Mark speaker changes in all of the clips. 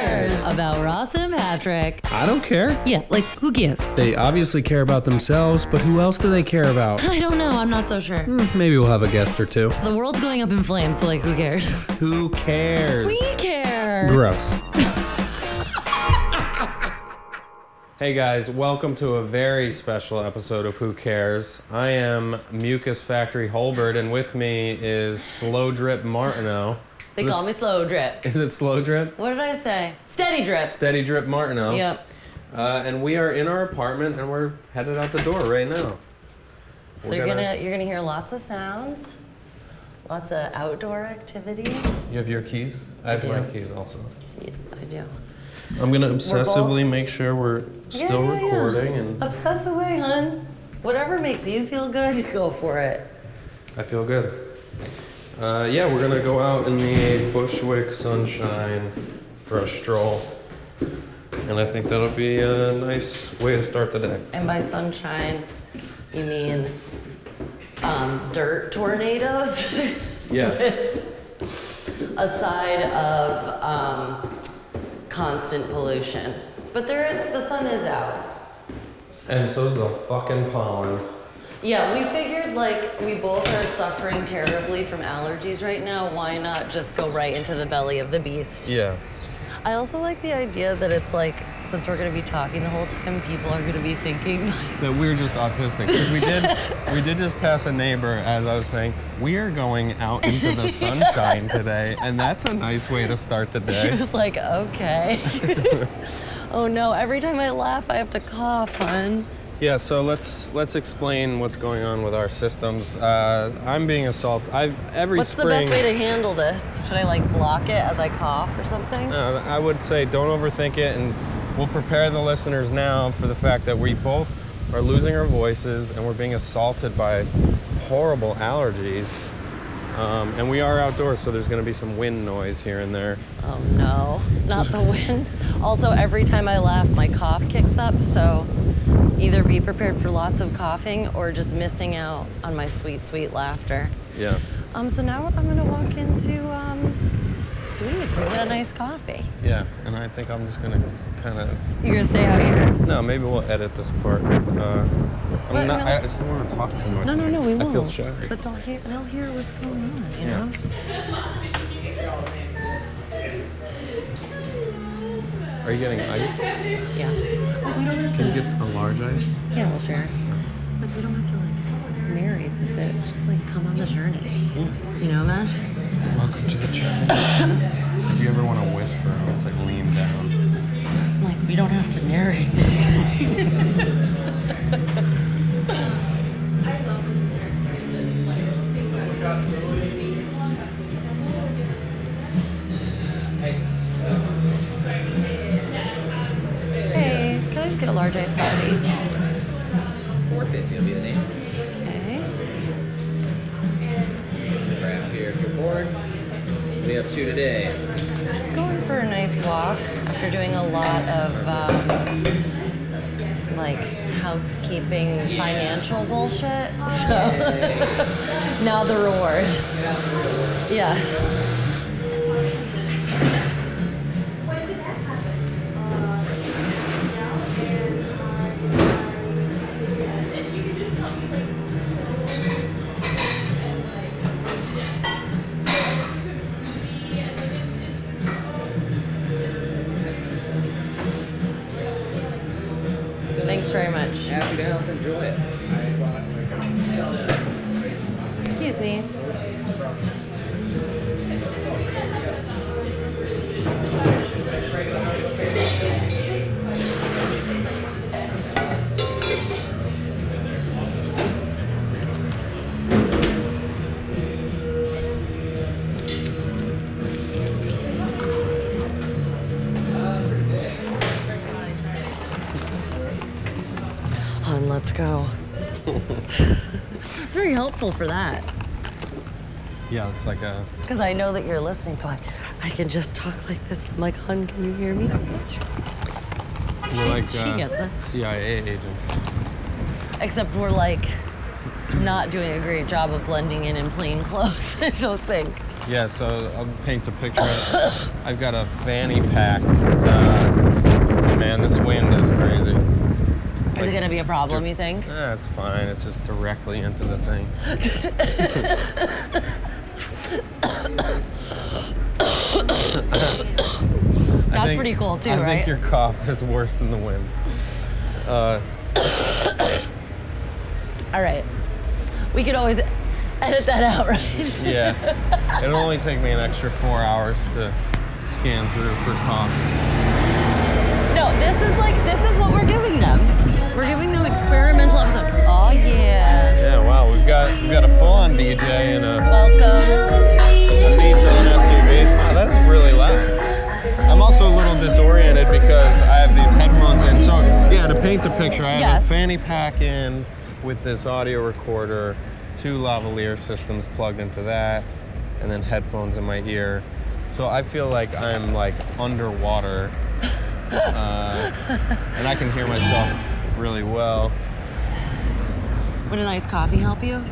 Speaker 1: about Ross and Patrick.
Speaker 2: I don't care.
Speaker 1: Yeah, like who gives?
Speaker 2: They obviously care about themselves, but who else do they care about? Hmm,
Speaker 1: I don't know. I'm not so sure.
Speaker 2: Maybe we'll have a guest or two.
Speaker 1: The world's going up in flames, so like who cares?
Speaker 2: Who cares?
Speaker 1: We care.
Speaker 2: Gross. hey guys, welcome to a very special episode of Who Cares. I am Mucus Factory Holbert, and with me is Slow Drip Martineau.
Speaker 1: They call me
Speaker 2: Is it-
Speaker 1: slow drip.
Speaker 2: Is it Slow Drip?
Speaker 1: What did I say? Steady drip.
Speaker 2: Steady Drip Martineau.
Speaker 1: Yep.
Speaker 2: Uh, and we are in our apartment, and we're headed out the door right now.
Speaker 1: So
Speaker 2: We're
Speaker 1: you're gonna you're gonna hear lots of sounds, lots of outdoor activity.
Speaker 2: You have your keys. I have
Speaker 1: do.
Speaker 2: my keys also.
Speaker 1: Yeah, I do.
Speaker 2: I'm gonna
Speaker 1: obsessively
Speaker 2: make sure we're
Speaker 1: Yeah,
Speaker 2: still
Speaker 1: yeah, Uh, yeah.
Speaker 2: recording, and
Speaker 1: Obsess away, hun. Whatever makes you feel good, go for it.
Speaker 2: I feel good. Uh, yeah, we're gonna go out in the Bushwick sunshine for a stroll, and I think that'll be a nice way to start the day.
Speaker 1: And by sunshine, you mean um, dirt tornadoes,
Speaker 2: Yeah,
Speaker 1: aside of um, constant pollution. But there is the sun is out.
Speaker 2: and so's the fucking pollen.
Speaker 1: Yeah, we figured like we both are suffering terribly from allergies right now. Why not just go right into the belly of the beast?
Speaker 2: Yeah.
Speaker 1: I also like the idea that it's like since we're gonna be talking the whole time, people are gonna be thinking.
Speaker 2: that we're just autistic because we did we did just pass a neighbor as I was saying we're going out into the sunshine today and that's a nice way to start the
Speaker 1: She
Speaker 2: day.
Speaker 1: was like, okay. oh no, every time I laugh, I have to cough, hun.
Speaker 2: Yeah, so let's let's explain what's going on with our systems. Uh, I'm being assaulted. I've every
Speaker 1: What's the
Speaker 2: spring.
Speaker 1: best way to handle this? Should I like block it as I cough or something?
Speaker 2: uh, I would say don't overthink it, and we'll prepare the listeners now for the fact that we both are losing our voices and we're being assaulted by horrible allergies. Um, and we are outdoors, so there's going to be some wind noise here and there.
Speaker 1: Oh no, not the wind. Also, every time I laugh, my cough kicks up, so either be prepared for lots of coughing or just missing out on my sweet, sweet laughter.
Speaker 2: Yeah.
Speaker 1: Um, so now I'm gonna walk into um, Dweeb's and get a nice coffee.
Speaker 2: Yeah, and I think I'm just gonna kind of.
Speaker 1: You gonna stay out here?
Speaker 2: No, maybe we'll edit this part. Uh,
Speaker 1: But
Speaker 2: I'm not, I
Speaker 1: no,
Speaker 2: just don't want to talk too much.
Speaker 1: No, no, no, we
Speaker 2: I
Speaker 1: won't.
Speaker 2: feel shy.
Speaker 1: But they'll hear, they'll hear what's going on, you
Speaker 2: Yeah.
Speaker 1: know?
Speaker 2: Are you getting iced?
Speaker 1: Yeah.
Speaker 2: Can you get a large ice?
Speaker 1: Yeah, we'll share. Like, we don't have to, like, narrate this bit. It's just, like, come on the journey. You know, man?
Speaker 2: Welcome to the church. if you ever want to whisper, it's like lean down.
Speaker 1: Like, we don't have to narrate this. Hey, can I just get a large iced coffee?
Speaker 3: 450 will be the name.
Speaker 1: Okay.
Speaker 3: Graph here if you're bored. We have two today.
Speaker 1: Just going for a nice walk after doing a lot of, um, like, housekeeping financial bullshit. So now the reward. Yes. Thanks very much.
Speaker 3: Happy to help. Enjoy it.
Speaker 1: Excuse me. Hun, let's go. It's very helpful for that.
Speaker 2: Yeah, it's like a.
Speaker 1: Because I know that you're listening, so I, I can just talk like this. I'm like, hun, can you hear me?
Speaker 2: We're like
Speaker 1: She
Speaker 2: uh,
Speaker 1: gets it.
Speaker 2: CIA agents.
Speaker 1: Except we're like not doing a great job of blending in in plain clothes, I don't think.
Speaker 2: Yeah, so I'll paint a picture. I've got a fanny pack. Uh, man, this wind is crazy.
Speaker 1: Is it gonna be a problem? You think?
Speaker 2: Nah, it's fine. It's just directly into the thing. I
Speaker 1: That's
Speaker 2: think-
Speaker 1: pretty cool too,
Speaker 2: I
Speaker 1: right?
Speaker 2: think your cough is worse than the wind.
Speaker 1: All right. We could always edit that out, right?
Speaker 2: Yeah. It'll only take me an extra four hours to scan through for coughs.
Speaker 1: No, this is like this is what we're giving them. We're giving them experimental episode. Oh yeah.
Speaker 2: Yeah, wow. We've got we've got a full-on DJ and a,
Speaker 1: Welcome.
Speaker 2: a Nissan SUV. Wow, that's really loud. I'm also a little disoriented because I have these headphones in. So yeah, to paint the picture, I have
Speaker 1: Yes.
Speaker 2: a fanny pack in with this audio recorder, two lavalier systems plugged into that, and then headphones in my ear. So I feel like I'm like underwater, uh, and I can hear myself really well.
Speaker 1: Would a nice coffee help you?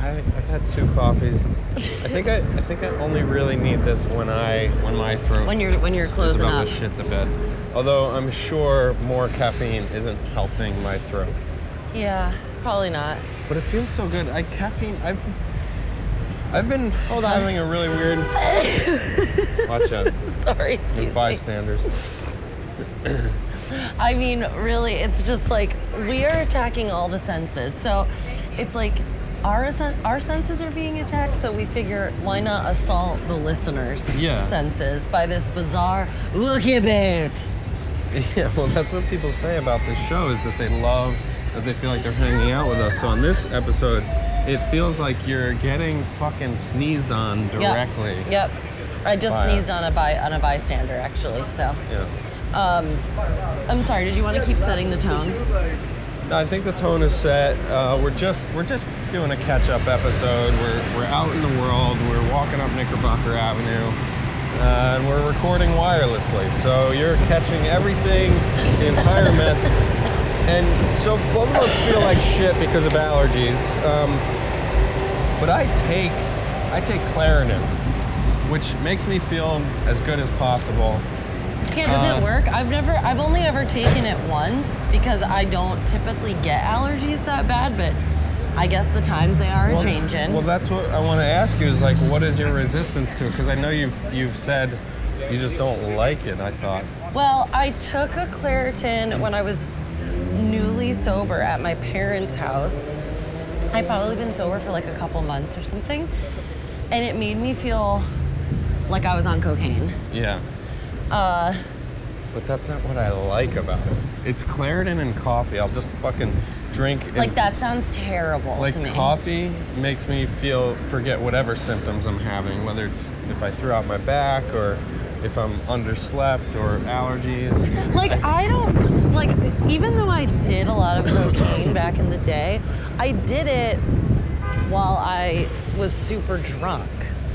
Speaker 2: I, I've had two coffees. I think I, I think I only really need this when I when my throat
Speaker 1: When you're when you're
Speaker 2: is
Speaker 1: closing
Speaker 2: about
Speaker 1: up.
Speaker 2: to shit the bed. Although I'm sure more caffeine isn't helping my throat.
Speaker 1: Yeah, probably not.
Speaker 2: But it feels so good. I caffeine. I've I've been
Speaker 1: Hold on.
Speaker 2: having a really weird. Watch out,
Speaker 1: Sorry, excuse me.
Speaker 2: bystanders.
Speaker 1: I mean, really, it's just like we are attacking all the senses. So it's like our sen- our senses are being attacked. So we figure why not assault the listeners'
Speaker 2: Yeah.
Speaker 1: senses by this bizarre look at it.
Speaker 2: Yeah, well, that's what people say about this show is that they love that they feel like they're hanging out with us. So on this episode, it feels like you're getting fucking sneezed on
Speaker 1: Yep.
Speaker 2: directly.
Speaker 1: Yep. I just
Speaker 2: By
Speaker 1: sneezed
Speaker 2: us.
Speaker 1: on a by on a bystander actually. So
Speaker 2: Yeah.
Speaker 1: I'm sorry. Did you want to keep setting the tone?
Speaker 2: No, I think the tone is set. Uh, we're just we're just doing a catch up episode. We're we're out in the world. We're walking up Knickerbocker Avenue, uh, and we're recording wirelessly. So you're catching everything, the entire mess. And so both of us feel like shit because of allergies. Um, but I take I take Claritin, which makes me feel as good as possible.
Speaker 1: Yeah, does
Speaker 2: Uh,
Speaker 1: it work? I've never, I've only ever taken it once because I don't typically get allergies that bad, but I guess the times they are changing.
Speaker 2: Well, that's what I want to ask you is like, what is your resistance to it? Because I know you've you've said you just don't like it. I thought.
Speaker 1: Well, I took a Claritin when I was newly sober at my parents' house. I'd probably been sober for like a couple months or something, and it made me feel like I was on cocaine.
Speaker 2: Yeah. Uh. But that's not what I like about it. It's Claritin and coffee. I'll just fucking drink. And,
Speaker 1: Like that sounds terrible
Speaker 2: Like
Speaker 1: to me.
Speaker 2: coffee makes me feel forget whatever symptoms I'm having, whether it's if I threw out my back or if I'm underslept or allergies.
Speaker 1: Like I don't like even though I did a lot of cocaine back in the day, I did it while I was super drunk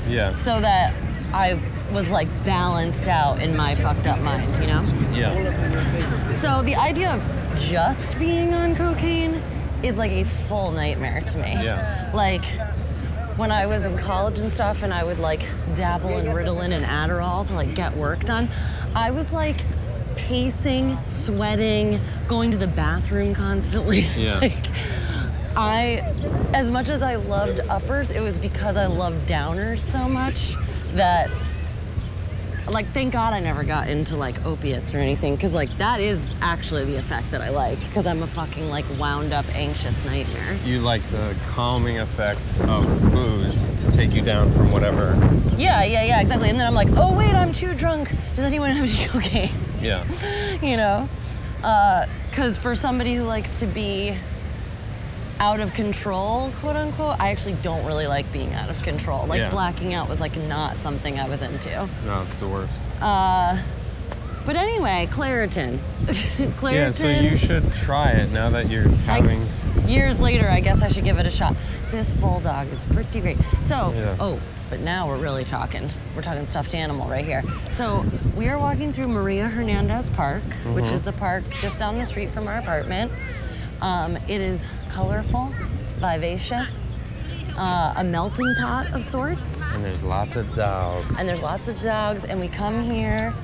Speaker 2: Yeah.
Speaker 1: so that I was like balanced out in my fucked up mind, you know?
Speaker 2: yeah.
Speaker 1: So the idea of just being on cocaine is like a full nightmare to me.
Speaker 2: Yeah.
Speaker 1: Like when I was in college and stuff and I would like dabble in Ritalin and Adderall to like get work done, I was like pacing, sweating, going to the bathroom constantly.
Speaker 2: Yeah.
Speaker 1: like I as much as I loved uppers, it was because I loved downers so much that like thank god i never got into like opiates or anything because like that is actually the effect that i like because i'm a fucking like wound up anxious nightmare
Speaker 2: You like the calming effect of booze to take you down from whatever.
Speaker 1: yeah yeah yeah exactly and then i'm like oh wait i'm too drunk does anyone have any cocaine
Speaker 2: Yeah.
Speaker 1: you know because for somebody who likes to be out of control quote unquote i actually don't really like being out of control like
Speaker 2: Yeah.
Speaker 1: blacking out was like not something i was into
Speaker 2: No, it's the worst.
Speaker 1: but anyway claritin claritin
Speaker 2: Yeah, so you should try it now that you're
Speaker 1: I-
Speaker 2: having.
Speaker 1: years later, I guess I should give it a shot. This bulldog is pretty great. So,
Speaker 2: Yeah.
Speaker 1: oh, but now we're really talking. We're talking stuffed animal right here. So, we are walking through Maria Hernandez Park, which is the park just down the street from our apartment. Um, it is colorful, vivacious, uh, a melting pot of sorts.
Speaker 2: And there's lots of dogs.
Speaker 1: And there's lots of dogs, and we come here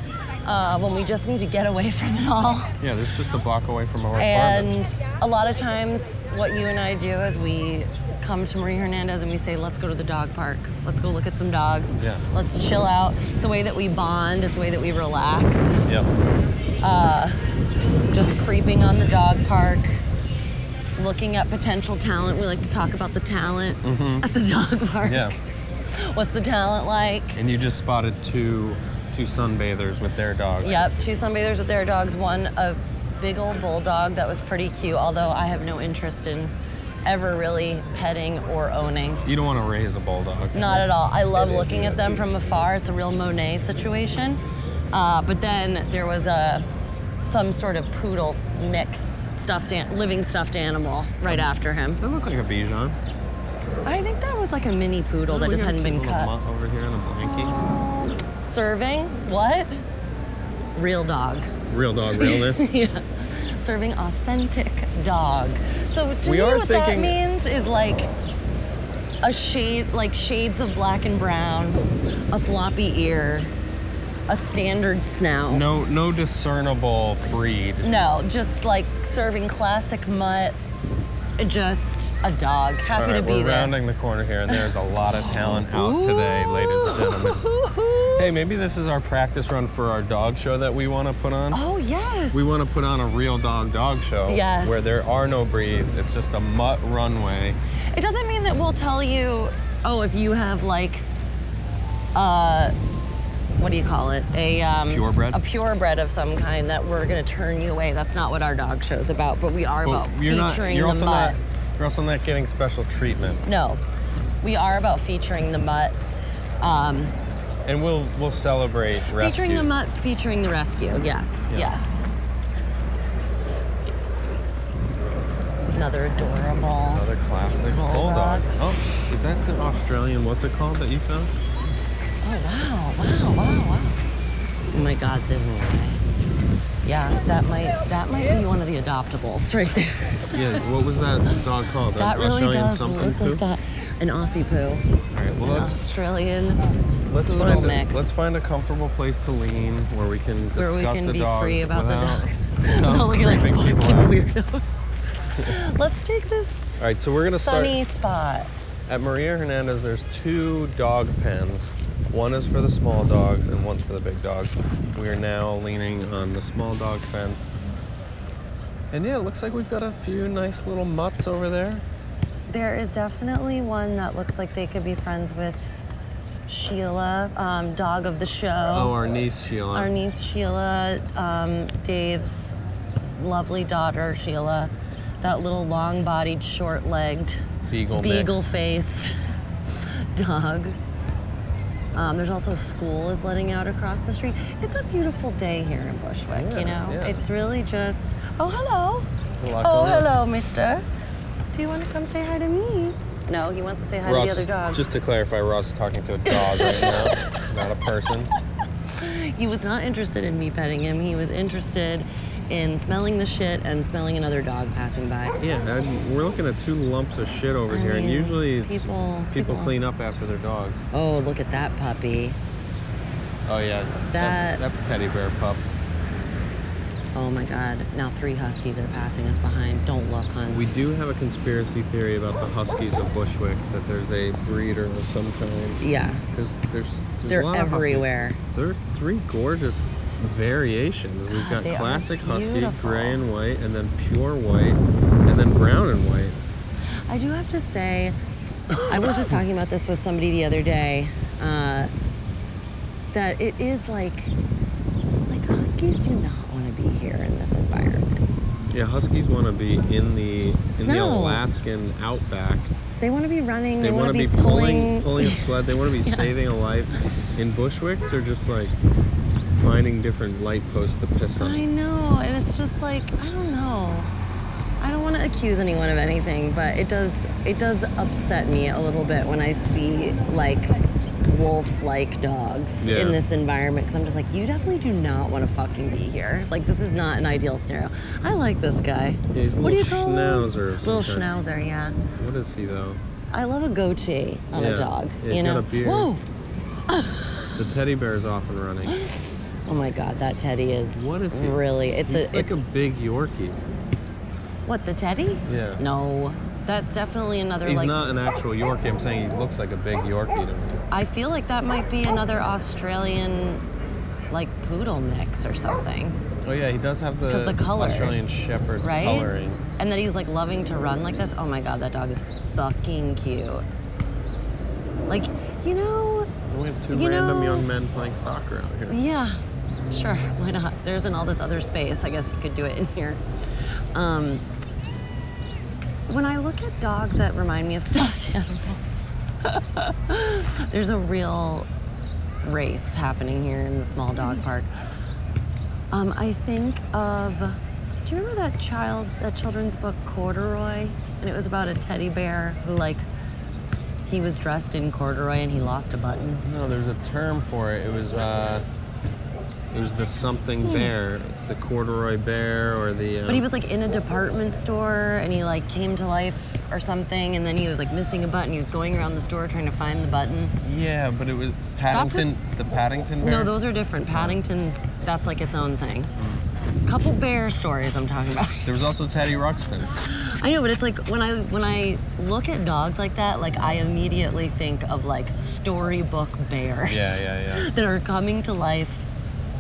Speaker 1: uh, when we just need to get away from it all.
Speaker 2: yeah, this is just a block away from our apartment.
Speaker 1: And a lot of times, what you and I do is we come to Marie Hernandez and we say, let's go to the dog park. Let's go look at some dogs.
Speaker 2: Yeah.
Speaker 1: Let's chill out. It's a way that we bond, it's a way that we relax.
Speaker 2: Yep.
Speaker 1: Just creeping on the dog park, looking at potential talent. We like to talk about the talent at the dog park.
Speaker 2: Mm-hmm. Yeah.
Speaker 1: What's the talent like?
Speaker 2: And you just spotted two two sunbathers with their dogs.
Speaker 1: Yep, two sunbathers with their dogs. One, a big old bulldog that was pretty cute, although I have no interest in ever really petting or owning.
Speaker 2: You don't want to raise a bulldog.
Speaker 1: Not at all. I love looking at them from afar. It's a real Monet situation. Uh, but then there was a some sort of poodle mix stuffed an- living stuffed animal right after him.
Speaker 2: They look like a Bichon.
Speaker 1: I think that was like a mini poodle that
Speaker 2: We
Speaker 1: just
Speaker 2: got
Speaker 1: hadn't
Speaker 2: a
Speaker 1: been
Speaker 2: little
Speaker 1: cut.
Speaker 2: mutt over here and a blankie.
Speaker 1: Serving what? Real dog.
Speaker 2: Real dog realness.
Speaker 1: yeah. Serving authentic dog. So to
Speaker 2: We
Speaker 1: me,
Speaker 2: are
Speaker 1: what that
Speaker 2: thinking-
Speaker 1: means is like a shade, like shades of black and brown, a floppy ear, a standard snout.
Speaker 2: no, no discernible breed.
Speaker 1: No, just like serving classic mutt. Just a dog. Happy
Speaker 2: All right,
Speaker 1: to be
Speaker 2: we're
Speaker 1: there.
Speaker 2: rounding the corner here, and there's a lot of talent out today, ladies and gentlemen.
Speaker 1: Ooh.
Speaker 2: Hey, maybe this is our practice run for our dog show that we want to put on.
Speaker 1: Oh yes.
Speaker 2: We want to put on a real dog dog show
Speaker 1: Yes.
Speaker 2: where there are no breeds. It's just a mutt runway.
Speaker 1: It doesn't mean that we'll tell you, oh, if you have like, uh, what do you call it? A um,
Speaker 2: Purebred?
Speaker 1: A purebred of some kind that we're gonna turn you away. That's not what our dog show's about. But we are
Speaker 2: But
Speaker 1: about
Speaker 2: you're not.
Speaker 1: featuring
Speaker 2: You're
Speaker 1: the
Speaker 2: also
Speaker 1: mutt.
Speaker 2: not. You're also not getting special treatment.
Speaker 1: No, we are about featuring the mutt. Um,
Speaker 2: And we'll we'll celebrate rescue.
Speaker 1: featuring the mutt, featuring the rescue. Yes,
Speaker 2: Yeah.
Speaker 1: yes. Another adorable.
Speaker 2: Another classic
Speaker 1: Bulldog.
Speaker 2: bulldog. Oh, is that the Australian? What's it called that you found?
Speaker 1: Oh wow, wow, wow, wow. Oh my god, this
Speaker 2: Hmm.
Speaker 1: guy. Yeah, that might that might be one of the adoptables right there.
Speaker 2: Yeah. What was that dog called? An
Speaker 1: That really
Speaker 2: Australian
Speaker 1: does
Speaker 2: something.
Speaker 1: look like
Speaker 2: poo?
Speaker 1: that. An Aussie poo.
Speaker 2: All right. Well,
Speaker 1: An
Speaker 2: let's
Speaker 1: Australian
Speaker 2: let's
Speaker 1: Poodle
Speaker 2: find a,
Speaker 1: mix.
Speaker 2: let's find a comfortable place to lean where we can discuss
Speaker 1: where we can
Speaker 2: the
Speaker 1: be
Speaker 2: dogs
Speaker 1: free about
Speaker 2: without-
Speaker 1: the dogs.
Speaker 2: without
Speaker 1: Without looking like
Speaker 2: creeping
Speaker 1: fucking
Speaker 2: people out.
Speaker 1: weirdos. Let's take this
Speaker 2: All right. So we're gonna start.
Speaker 1: sunny spot.
Speaker 2: At Maria Hernandez, there's two dog pens. One is for the small dogs and one's for the big dogs. We are now leaning on the small dog fence. And yeah, it looks like we've got a few nice little mutts over there.
Speaker 1: There is definitely one that looks like they could be friends with Sheila, um, dog of the show.
Speaker 2: Oh, our niece Sheila.
Speaker 1: Our niece Sheila, um, Dave's lovely daughter Sheila, that little long bodied, short legged,
Speaker 2: Beagle mix.
Speaker 1: beagle faced dog. Um, there's also a school is letting out across the street. It's a beautiful day here in Bushwick, you
Speaker 2: Yeah,
Speaker 1: know?
Speaker 2: yeah.
Speaker 1: It's really just, oh, hello.
Speaker 2: A lot
Speaker 1: Oh,
Speaker 2: going on.
Speaker 1: hello, mister. Do you want to come say hi to me? No, he wants to say hi
Speaker 2: Ross,
Speaker 1: to the other dog.
Speaker 2: Just to clarify, Ross is talking to a dog right now, not a person.
Speaker 1: He was not interested in me petting him. He was interested in smelling the shit and smelling another dog passing by.
Speaker 2: Yeah, and we're looking at two lumps of shit over
Speaker 1: I
Speaker 2: here, and
Speaker 1: mean,
Speaker 2: usually it's
Speaker 1: people-
Speaker 2: people
Speaker 1: people-
Speaker 2: clean up after their dogs.
Speaker 1: Oh, look at that puppy.
Speaker 2: Oh yeah,
Speaker 1: That-
Speaker 2: that's, that's a teddy bear pup.
Speaker 1: Oh my god. Now three huskies are passing us behind. Don't look, hon.
Speaker 2: We do have a conspiracy theory about the Huskies of Bushwick that there's a breeder of some kind.
Speaker 1: yeah.
Speaker 2: Because there's, there's
Speaker 1: They're
Speaker 2: a lot of Huskies.
Speaker 1: everywhere.
Speaker 2: there are three gorgeous variations. We've got
Speaker 1: they are
Speaker 2: classic Husky,
Speaker 1: beautiful.
Speaker 2: gray and white, and then pure white, and then brown and white.
Speaker 1: I do have to say, I was just talking about this with somebody the other day. Uh, that it is like, like huskies do not want to be here in this environment.
Speaker 2: Yeah, Huskies want to be in the in the
Speaker 1: Snow.
Speaker 2: Alaskan outback.
Speaker 1: They want to be running. They,
Speaker 2: They,
Speaker 1: want to be
Speaker 2: pulling
Speaker 1: pulling.
Speaker 2: pulling a sled. They want to be saving a life. In Bushwick, they're just like finding different light posts to piss on.
Speaker 1: I know, and it's just like I don't know. I don't want to accuse anyone of anything, but it does it does upset me a little bit when I see like wolf-like dogs
Speaker 2: Yeah.
Speaker 1: in this environment because I'm just like, you definitely do not want to fucking be here. Like this is not an ideal scenario. I like this guy.
Speaker 2: Yeah, he's a
Speaker 1: what do you
Speaker 2: little
Speaker 1: call those?
Speaker 2: schnauzer of some
Speaker 1: Little
Speaker 2: kind.
Speaker 1: schnauzer, yeah.
Speaker 2: What is he though?
Speaker 1: I love a goatee on
Speaker 2: Yeah.
Speaker 1: a dog.
Speaker 2: Yeah,
Speaker 1: you
Speaker 2: he's got
Speaker 1: know.
Speaker 2: a beard.
Speaker 1: Whoa!
Speaker 2: The teddy bear's off and running.
Speaker 1: Oh my God, that teddy is.
Speaker 2: What is he?
Speaker 1: Really, it's
Speaker 2: He's
Speaker 1: a.
Speaker 2: like
Speaker 1: it's,
Speaker 2: a big Yorkie.
Speaker 1: what the teddy?
Speaker 2: Yeah.
Speaker 1: No, that's definitely another.
Speaker 2: He's
Speaker 1: like,
Speaker 2: not an actual Yorkie. I'm saying he looks like a big Yorkie to me.
Speaker 1: I feel like that might be another Australian, like poodle mix or something,
Speaker 2: Oh yeah, he does have the,
Speaker 1: Because the colours,
Speaker 2: Australian Shepherd
Speaker 1: right?
Speaker 2: coloring.
Speaker 1: And that he's like loving to run like this. Oh my God, that dog is fucking cute. Like, you know,
Speaker 2: And we have two
Speaker 1: You
Speaker 2: random
Speaker 1: know-
Speaker 2: young men playing soccer out here.
Speaker 1: Yeah, sure. Why not? There isn't all this other space. I guess you could do it in here. Um, when I look at dogs that remind me of stuffed animals, there's a real race happening here in the small dog park. Um, I think of. Do you remember that child, that children's book Corduroy? And it was about a teddy bear who, like, he was dressed in corduroy and he lost a button.
Speaker 2: No, there was a term for it. It was uh, it was the something bear, the corduroy bear, or the. Uh,
Speaker 1: Hmm. But he was like in a department store and he like came to life or something and then he was like missing a button. He was going around the store trying to find the button.
Speaker 2: Yeah, but it was Paddington. The Paddington bear.
Speaker 1: No, those are different. Paddington's that's like its own thing. Couple bear stories I'm talking about.
Speaker 2: There was also Teddy Ruxpin.
Speaker 1: I know, but it's like when I when I look at dogs like that, like I immediately think of like storybook bears.
Speaker 2: Yeah, yeah, yeah.
Speaker 1: That are coming to life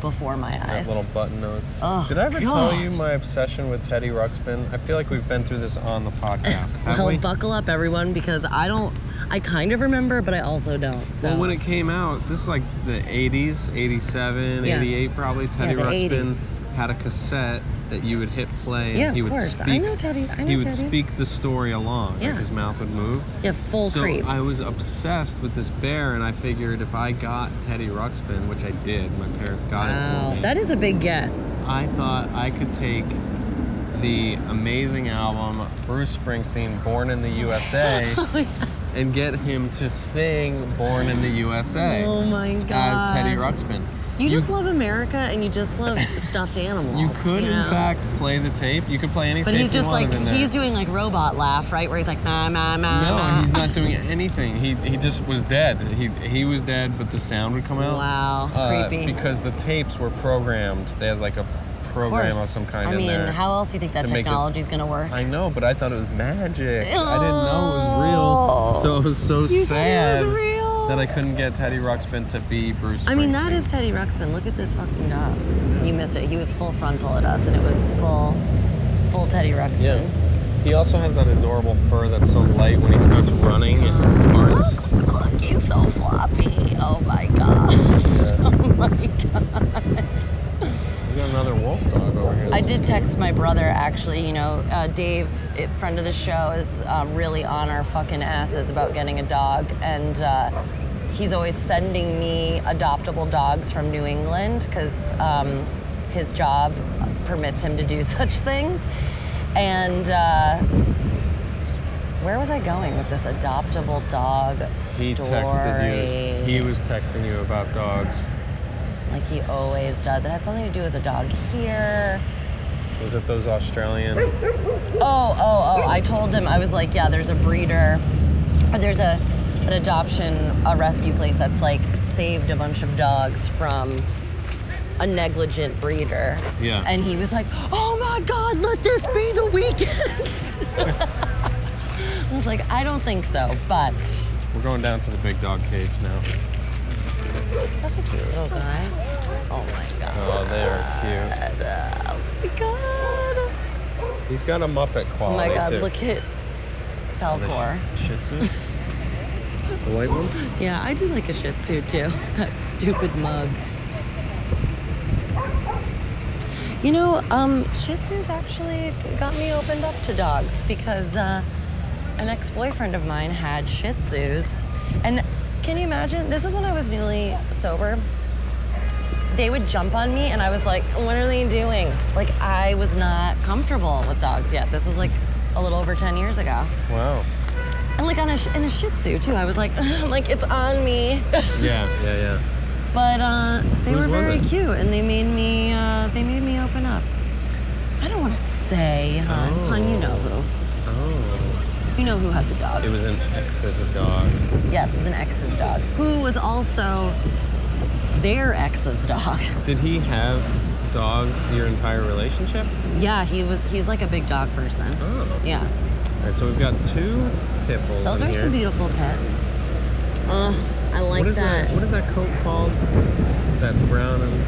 Speaker 1: before my
Speaker 2: That
Speaker 1: eyes.
Speaker 2: little button nose.
Speaker 1: Oh,
Speaker 2: Did I ever
Speaker 1: God.
Speaker 2: tell you my obsession with Teddy Ruxpin? I feel like we've been through this on the podcast. have
Speaker 1: well,
Speaker 2: we?
Speaker 1: buckle up, everyone, because I don't. I kind of remember, but I also don't. So.
Speaker 2: Well, when it came out, this is like the 80s, 87,
Speaker 1: Yeah.
Speaker 2: 88 probably. Teddy
Speaker 1: the
Speaker 2: Ruxpin
Speaker 1: 80s.
Speaker 2: had a cassette that you would hit play and
Speaker 1: Yeah, of
Speaker 2: he would
Speaker 1: course. I
Speaker 2: speak.
Speaker 1: know Teddy. I know
Speaker 2: he would
Speaker 1: Teddy.
Speaker 2: speak the story along. like
Speaker 1: Yeah.
Speaker 2: his mouth would move.
Speaker 1: Yeah, full
Speaker 2: so
Speaker 1: creep.
Speaker 2: I was obsessed with this bear, and I figured if I got Teddy Ruxpin, which I did, my parents got it
Speaker 1: Wow,
Speaker 2: for me.
Speaker 1: that is a big get.
Speaker 2: I thought I could take the amazing album Bruce Springsteen, Born in the USA,
Speaker 1: Oh,
Speaker 2: and get him to sing Born in the USA
Speaker 1: Oh my god.
Speaker 2: as Teddy Ruxpin.
Speaker 1: You just love America and you just love stuffed animals.
Speaker 2: You could, in
Speaker 1: know?
Speaker 2: fact, play the tape. You could play any
Speaker 1: But
Speaker 2: tape
Speaker 1: he's
Speaker 2: you
Speaker 1: just like
Speaker 2: wanted in there.
Speaker 1: he's doing uh, like robot laugh, right? Where he's like ma ma ma.
Speaker 2: no,
Speaker 1: ma.
Speaker 2: he's not doing anything. He he just was dead. He he was dead, but the sound would come out.
Speaker 1: Wow,
Speaker 2: Uh,
Speaker 1: creepy.
Speaker 2: Because the tapes were programmed. They had like a
Speaker 1: Of
Speaker 2: program
Speaker 1: course.
Speaker 2: of some kind
Speaker 1: I
Speaker 2: in
Speaker 1: mean,
Speaker 2: there.
Speaker 1: how else do you think that
Speaker 2: to make us-
Speaker 1: technology is gonna work?
Speaker 2: I know, but I thought it was magic. I didn't know it was real.
Speaker 1: Oh.
Speaker 2: So it was so
Speaker 1: You thought
Speaker 2: sad
Speaker 1: it was real.
Speaker 2: that I couldn't get Teddy Ruxpin to be Bruce.
Speaker 1: I mean, that
Speaker 2: Springsteen.
Speaker 1: is Teddy Ruxpin. Look at this fucking dog. You missed it. He was full frontal at us, and it was full, full Teddy Ruxpin.
Speaker 2: Yeah. He also has that adorable fur that's so light when he starts running. It parts.
Speaker 1: Look, look, he's so floppy. Oh my gosh. Oh my god.
Speaker 2: We got another wolf dog over here.
Speaker 1: I did text my brother actually. You know, uh, Dave, eh, friend of the show, is um, really on our fucking asses about getting a dog, and uh, he's always sending me adoptable dogs from New England because um, his job permits him to do such things. And uh, where was I going with this adoptable dog story?
Speaker 2: He texted you. He was texting you about dogs.
Speaker 1: like he always does. It had something to do with a dog here.
Speaker 2: Was it those Australian?
Speaker 1: Oh, oh, oh! I told him I was like, yeah, there's a breeder, or there's a an adoption, a rescue place that's like saved a bunch of dogs from a negligent breeder.
Speaker 2: Yeah.
Speaker 1: And he was like, oh my God, let this be the weekend. I was like, I don't think so, but
Speaker 2: We're going down to the big dog cage now.
Speaker 1: that's a cute little guy. Oh my God.
Speaker 2: Oh, they are
Speaker 1: Oh my God.
Speaker 2: cute. He's got a Muppet
Speaker 1: Oh
Speaker 2: quality
Speaker 1: my God,
Speaker 2: too. Oh,
Speaker 1: look at Falcor.
Speaker 2: Shih Tzu. the white one.
Speaker 1: Yeah, I do like a Shih Tzu too. That stupid mug. You know, um, Shih Tzus actually got me opened up to dogs because uh, an ex-boyfriend of mine had Shih Tzus, and can you imagine? This is when I was newly sober. They would jump on me, and I was like, "What are they doing?" Like I was not comfortable with dogs yet. This was like a little over ten years ago.
Speaker 2: Wow.
Speaker 1: And like on a sh- in a Shih Tzu too, I was like, like it's on me.
Speaker 2: Yeah, yeah, yeah.
Speaker 1: But uh, they
Speaker 2: Whose
Speaker 1: were
Speaker 2: was
Speaker 1: very
Speaker 2: it?
Speaker 1: cute, and they made me uh, they made me open uh, up. I don't want to say, hon. Hon, you know who.
Speaker 2: Oh.
Speaker 1: You know who had the dogs.
Speaker 2: It was an ex's dog.
Speaker 1: yes, it was an ex's dog who was also their ex's dog.
Speaker 2: Did he have dogs your entire relationship?
Speaker 1: yeah, he was. He's like a big dog person.
Speaker 2: Oh.
Speaker 1: Yeah,
Speaker 2: All right, so we've got two pit bulls
Speaker 1: those
Speaker 2: in
Speaker 1: are
Speaker 2: here.
Speaker 1: some beautiful pets. Ugh, I like
Speaker 2: what is that. What is that coat called? That brown and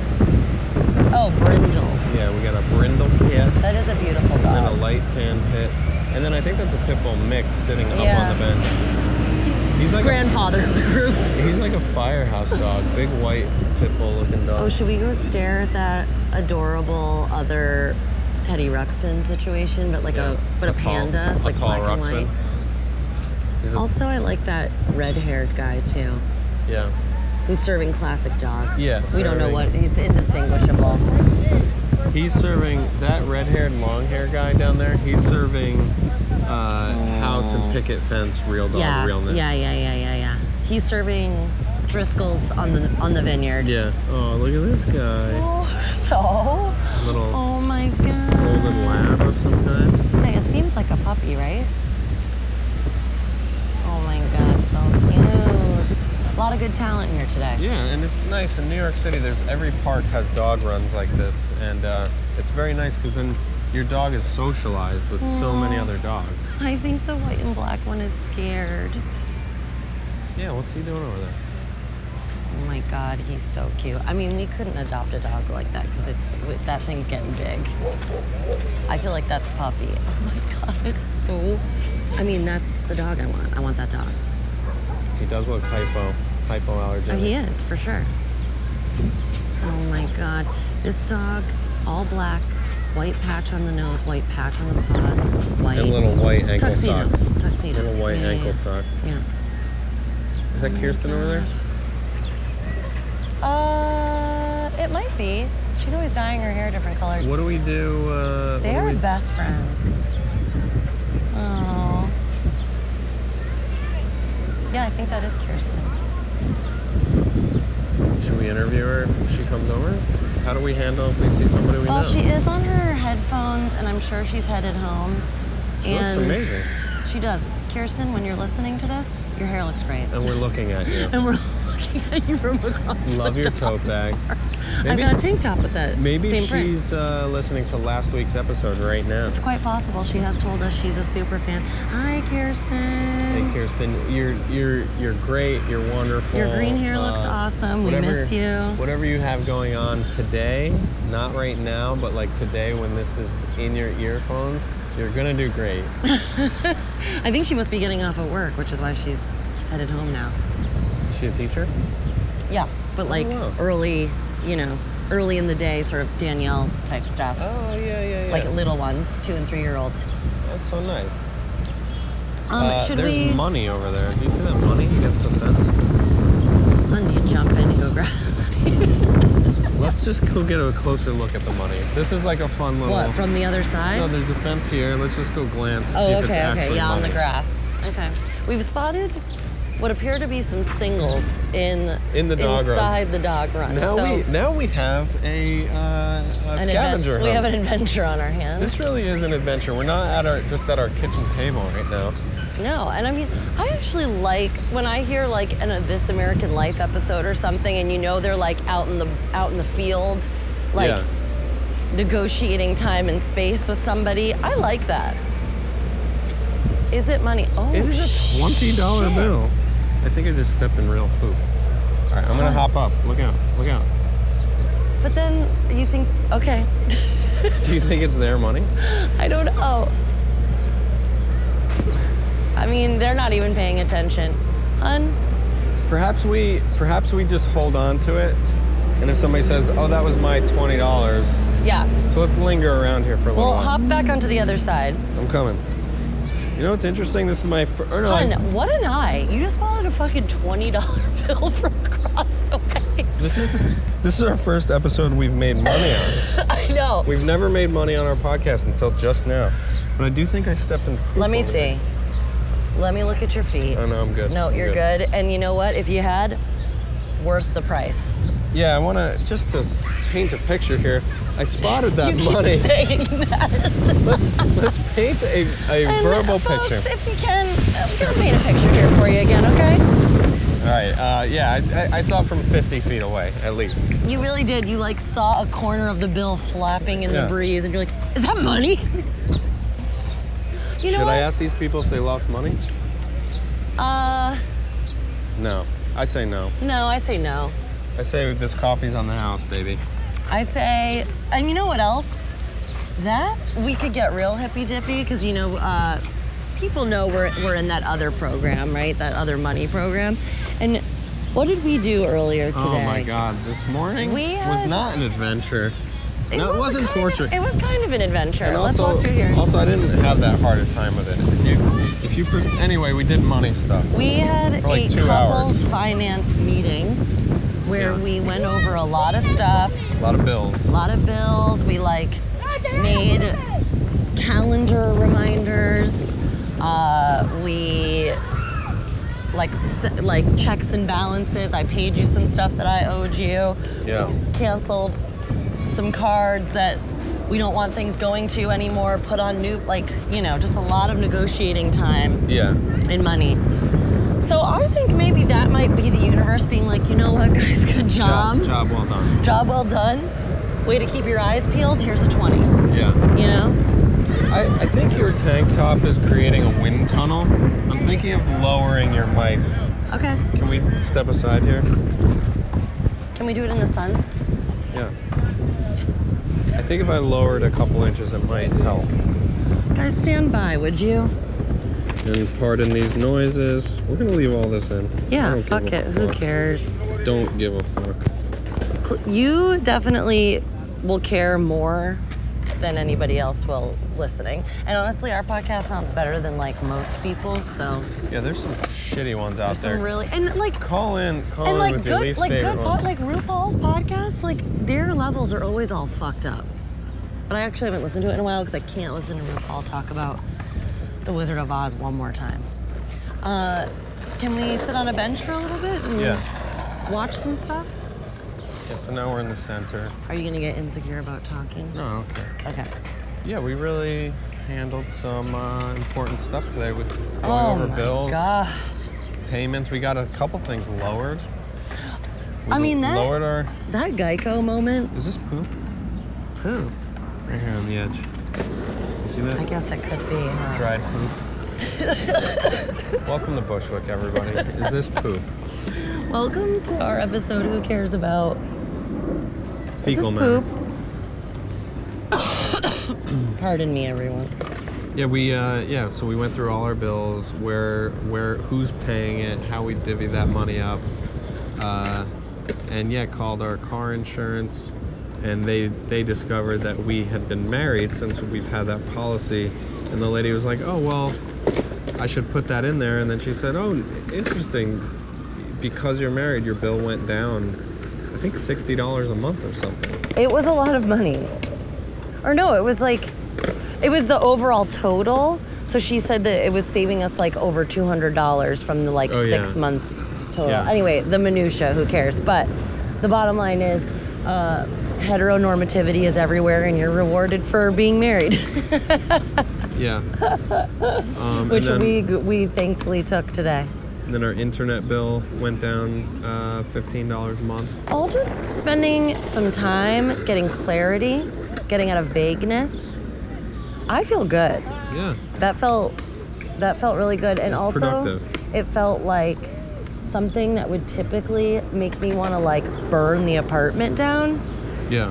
Speaker 1: Oh, brindle.
Speaker 2: yeah, we got a brindle pit
Speaker 1: That is a beautiful dog.
Speaker 2: and a light tan pit, and then I think that's a pit bull mix sitting up
Speaker 1: Yeah.
Speaker 2: on the bench. He's like
Speaker 1: Grandfather of the group.
Speaker 2: a, he's like a firehouse dog, big white pit bull looking dog.
Speaker 1: Oh, should we go stare at that adorable other Teddy Ruxpin situation, but like
Speaker 2: Yeah.
Speaker 1: a but a,
Speaker 2: tall-
Speaker 1: panda? it's
Speaker 2: a
Speaker 1: like
Speaker 2: tall
Speaker 1: black
Speaker 2: Ruxpin.
Speaker 1: and white.
Speaker 2: He's a-
Speaker 1: Also, I like that red-haired guy too,
Speaker 2: yeah.
Speaker 1: who's serving classic dog.
Speaker 2: Yeah,
Speaker 1: We don't know
Speaker 2: serving.
Speaker 1: what he's indistinguishable.
Speaker 2: He's serving that red-haired, long-haired guy down there. He's serving uh, house and picket fence, real dog
Speaker 1: yeah.
Speaker 2: realness.
Speaker 1: Yeah, yeah, yeah, yeah, yeah. He's serving Driscoll's on the on the vineyard.
Speaker 2: Yeah. Oh, look at this guy.
Speaker 1: Oh,
Speaker 2: Little
Speaker 1: oh my god.
Speaker 2: golden lab of some kind.
Speaker 1: Hey, It seems like a puppy, right? Oh my god, so cute. A lot of good talent here today.
Speaker 2: Yeah, and it's nice in New York City. There's every park has dog runs like this, and uh, it's very nice because then your dog is socialized with so many other dogs.
Speaker 1: I think the white and black one is scared.
Speaker 2: Yeah. What's he doing over there?
Speaker 1: Oh my god, he's so cute. I mean, we couldn't adopt a dog like that because it's with- that thing's getting big. I feel like that's puppy. Oh my god, it's so. I mean, that's the dog I want. I want that dog.
Speaker 2: He does look hypo, hypoallergenic.
Speaker 1: Oh, he is for sure. Oh my god, this dog, all black, white patch on the nose, white patch on the paws, white.
Speaker 2: And little white ankle
Speaker 1: tuxedo,
Speaker 2: socks.
Speaker 1: Tuxedo.
Speaker 2: Little white
Speaker 1: Yeah, yeah,
Speaker 2: ankle
Speaker 1: yeah. Oh
Speaker 2: socks.
Speaker 1: Yeah.
Speaker 2: Is that Kirsten over there?
Speaker 1: Uh, it might be. She's always dyeing her hair different colors.
Speaker 2: What do we do? Uh, what
Speaker 1: They
Speaker 2: do
Speaker 1: are
Speaker 2: we-
Speaker 1: best friends. Oh. Yeah, I think that is Kirsten.
Speaker 2: Should we interview her if she comes over? How do we handle if we see somebody we
Speaker 1: Well,
Speaker 2: know?
Speaker 1: she is on her headphones, and I'm sure she's headed home.
Speaker 2: She looks
Speaker 1: And
Speaker 2: amazing.
Speaker 1: She does. Kirsten, when you're listening to this, your hair looks great.
Speaker 2: And we're looking at you.
Speaker 1: And we're looking at you from across
Speaker 2: Love
Speaker 1: the
Speaker 2: your
Speaker 1: dog
Speaker 2: tote bag.
Speaker 1: park.
Speaker 2: Maybe-
Speaker 1: I've got a tank top with that.
Speaker 2: Maybe
Speaker 1: same print.
Speaker 2: she's uh, listening to last week's episode right now.
Speaker 1: It's quite possible. She has told us she's a super fan. Hi, Kirsten.
Speaker 2: Hey, Kirsten, you're you're you're great. You're wonderful. uh,
Speaker 1: Your green hair looks awesome. We miss you.
Speaker 2: Whatever you have going on today, not right now, but like today when this is in your earphones, you're gonna do great.
Speaker 1: I think she must be getting off at work, which is why she's headed home now.
Speaker 2: Is she a teacher?
Speaker 1: Yeah. But like
Speaker 2: Oh, wow.
Speaker 1: early, you know, early in the day, sort of Danielle type stuff.
Speaker 2: Oh yeah, yeah, yeah.
Speaker 1: Like little ones, two and three year olds.
Speaker 2: That's so nice.
Speaker 1: Um,
Speaker 2: Uh,
Speaker 1: should
Speaker 2: there's
Speaker 1: we?
Speaker 2: money over there. Do you see that money against the fence?
Speaker 1: I need to jump in and go grab.
Speaker 2: Let's just go get a closer look at the money. This is like a fun little.
Speaker 1: What from the other side?
Speaker 2: Oh. no, there's a fence here. Let's just go glance and see
Speaker 1: oh,
Speaker 2: if it's
Speaker 1: okay,
Speaker 2: actually
Speaker 1: okay, yeah, on the
Speaker 2: money.
Speaker 1: grass. Okay, we've spotted what appear to be some singles in
Speaker 2: In the dog run.
Speaker 1: inside the dog run.
Speaker 2: Now
Speaker 1: so
Speaker 2: we now we have a, uh, a
Speaker 1: an
Speaker 2: scavenger
Speaker 1: advent- we have
Speaker 2: hunt.
Speaker 1: an adventure on our hands.
Speaker 2: This really is an adventure. We're not at our just at our kitchen table right now.
Speaker 1: No, and I mean, I actually like when I hear like an a This American Life episode or something, and you know they're like out in the out in the field, like
Speaker 2: yeah.
Speaker 1: negotiating time and space with somebody. I like that. Is it money? Oh,
Speaker 2: It is a twenty dollar
Speaker 1: shit.
Speaker 2: bill. I think I just stepped in real poop. All right, I'm gonna hop up. Look out! Look out!
Speaker 1: But then you think, okay,
Speaker 2: Do you think it's their money?
Speaker 1: I don't know. I mean, they're not even paying attention. Un.
Speaker 2: Perhaps we perhaps we just hold on to it, and if somebody says, "Oh, that was my twenty dollars,"
Speaker 1: Yeah.
Speaker 2: so let's linger around here for a little
Speaker 1: Well,
Speaker 2: while.
Speaker 1: hop back onto the other side.
Speaker 2: I'm coming. You know what's interesting? This is my fir- or no, I-
Speaker 1: Hun, what an eye. You just spotted a fucking $20 bill from across the way.
Speaker 2: this is this is our first episode we've made money on.
Speaker 1: I know.
Speaker 2: We've never made money on our podcast until just now, but I do think I stepped in. poop
Speaker 1: Let me
Speaker 2: over
Speaker 1: see. Let me look at your feet.
Speaker 2: there. Oh no, I'm good.
Speaker 1: No,
Speaker 2: I'm
Speaker 1: you're good. And you know what? If you had, worth the price.
Speaker 2: Yeah, I want to just to s- paint a picture here. I spotted that money. let's let's paint a, a
Speaker 1: And,
Speaker 2: verbal
Speaker 1: folks,
Speaker 2: picture.
Speaker 1: if you can, I'm gonna paint a picture here for you again, okay?
Speaker 2: All right. Uh, yeah, I, I, I saw it from 50 feet away at least.
Speaker 1: You really did. You like saw a corner of the bill flapping in
Speaker 2: Yeah.
Speaker 1: the breeze, and you're like, "Is that money?" you know
Speaker 2: Should
Speaker 1: what?
Speaker 2: I ask these people if they lost money?
Speaker 1: Uh,
Speaker 2: No. I say no.
Speaker 1: no, I say no.
Speaker 2: I say this coffee's on the house, baby.
Speaker 1: I say, and you know what else? That we could get real hippy dippy because you know, uh, people know we're we're in that other program, right? That other money program. And what did we do earlier today?
Speaker 2: Oh my God! This morning
Speaker 1: We
Speaker 2: was
Speaker 1: had-
Speaker 2: not an adventure.
Speaker 1: It
Speaker 2: no, it
Speaker 1: was a
Speaker 2: wasn't
Speaker 1: kind
Speaker 2: torture.
Speaker 1: Of, it was kind of an adventure.
Speaker 2: And
Speaker 1: Let's
Speaker 2: also,
Speaker 1: walk through here.
Speaker 2: also, I didn't have that hard a time with it. If you, if you, pre- anyway, we did money stuff.
Speaker 1: we had
Speaker 2: for like
Speaker 1: a
Speaker 2: two
Speaker 1: couples finance meeting where
Speaker 2: Yeah.
Speaker 1: we went over a lot of stuff,
Speaker 2: A lot of bills.
Speaker 1: a lot of bills. We like made calendar reminders. Uh, we like s- like checks and balances. I paid you some stuff that I owed you.
Speaker 2: Yeah.
Speaker 1: canceled some cards that we don't want things going to anymore, put on new, like, you know, just a lot of negotiating time
Speaker 2: Yeah.
Speaker 1: and money. So I think maybe that might be the universe being like, you know what, guys, good job.
Speaker 2: job, job well done.
Speaker 1: Job well done. Way to keep your eyes peeled. Here's a 20, you
Speaker 2: Yeah.
Speaker 1: know?
Speaker 2: I, I think your tank top is creating a wind tunnel. I'm thinking of lowering your mic.
Speaker 1: Okay.
Speaker 2: Can we step aside here?
Speaker 1: Can we do it in the sun?
Speaker 2: Yeah. I think if I lowered a couple inches, it might help.
Speaker 1: Guys, stand by, would you?
Speaker 2: And pardon these noises. We're gonna leave all this in. I
Speaker 1: Yeah,
Speaker 2: don't
Speaker 1: fuck
Speaker 2: give a
Speaker 1: it. Who
Speaker 2: fuck.
Speaker 1: cares?
Speaker 2: Don't give a fuck.
Speaker 1: Cl- You definitely will care more than anybody else will listening. And honestly, our podcast sounds better than like most people's. So
Speaker 2: Yeah, there's some shitty ones out
Speaker 1: there's
Speaker 2: there.
Speaker 1: some really and like
Speaker 2: Call in, call
Speaker 1: and
Speaker 2: in
Speaker 1: like
Speaker 2: with your
Speaker 1: good
Speaker 2: least
Speaker 1: like
Speaker 2: favorite
Speaker 1: good po-
Speaker 2: ones.
Speaker 1: like RuPaul's podcasts like their levels are always all fucked up. But I actually haven't listened to it in a while because I can't listen to RuPaul talk about the Wizard of Oz one more time. Uh, can we sit on a bench for a little bit and
Speaker 2: yeah.
Speaker 1: watch some stuff?
Speaker 2: yeah. So now we're in the center.
Speaker 1: Are you gonna get insecure about talking?
Speaker 2: No, Oh, okay.
Speaker 1: Okay.
Speaker 2: Yeah, we really handled some uh, important stuff today with going
Speaker 1: oh
Speaker 2: over
Speaker 1: my
Speaker 2: bills,
Speaker 1: God.
Speaker 2: payments. We got a couple things lowered. We
Speaker 1: I mean, that-
Speaker 2: lowered our.
Speaker 1: That Geico moment,
Speaker 2: Is this poop?
Speaker 1: poop.
Speaker 2: Right here on the edge. You see
Speaker 1: I
Speaker 2: that?
Speaker 1: guess it could be. huh?
Speaker 2: Dry poop. Welcome to Bushwick, everybody. Is this poop?
Speaker 1: Welcome to our episode. Who cares about This is
Speaker 2: Fecal matter.
Speaker 1: poop? Pardon me, everyone.
Speaker 2: Yeah, we uh, yeah. So we went through all our bills, where where who's paying it, how we divvy that money up, uh, and yeah, called our car insurance, and they they discovered that we had been married since we've had that policy, and the lady was like, oh well, I should put that in there, and then she said, oh, interesting, because you're married, your bill went down, I think sixty dollars a month or something.
Speaker 1: It was a lot of money. Or no, it was like, it was the overall total. So she said that it was saving us like over two hundred dollars from the like
Speaker 2: Oh, yeah.
Speaker 1: six month total.
Speaker 2: Yeah.
Speaker 1: Anyway, the minutia, who cares? But the bottom line is, uh, heteronormativity is everywhere, and you're rewarded for being married,
Speaker 2: Yeah. Um, and
Speaker 1: which
Speaker 2: then-
Speaker 1: we we thankfully took today.
Speaker 2: And then our internet bill went down uh, $15 a month.
Speaker 1: All just spending some time getting clarity, getting out of vagueness. I feel good.
Speaker 2: Yeah.
Speaker 1: That felt that felt really good and
Speaker 2: was
Speaker 1: also
Speaker 2: productive.
Speaker 1: it felt like something that would typically make me want to like burn the apartment down,
Speaker 2: Yeah.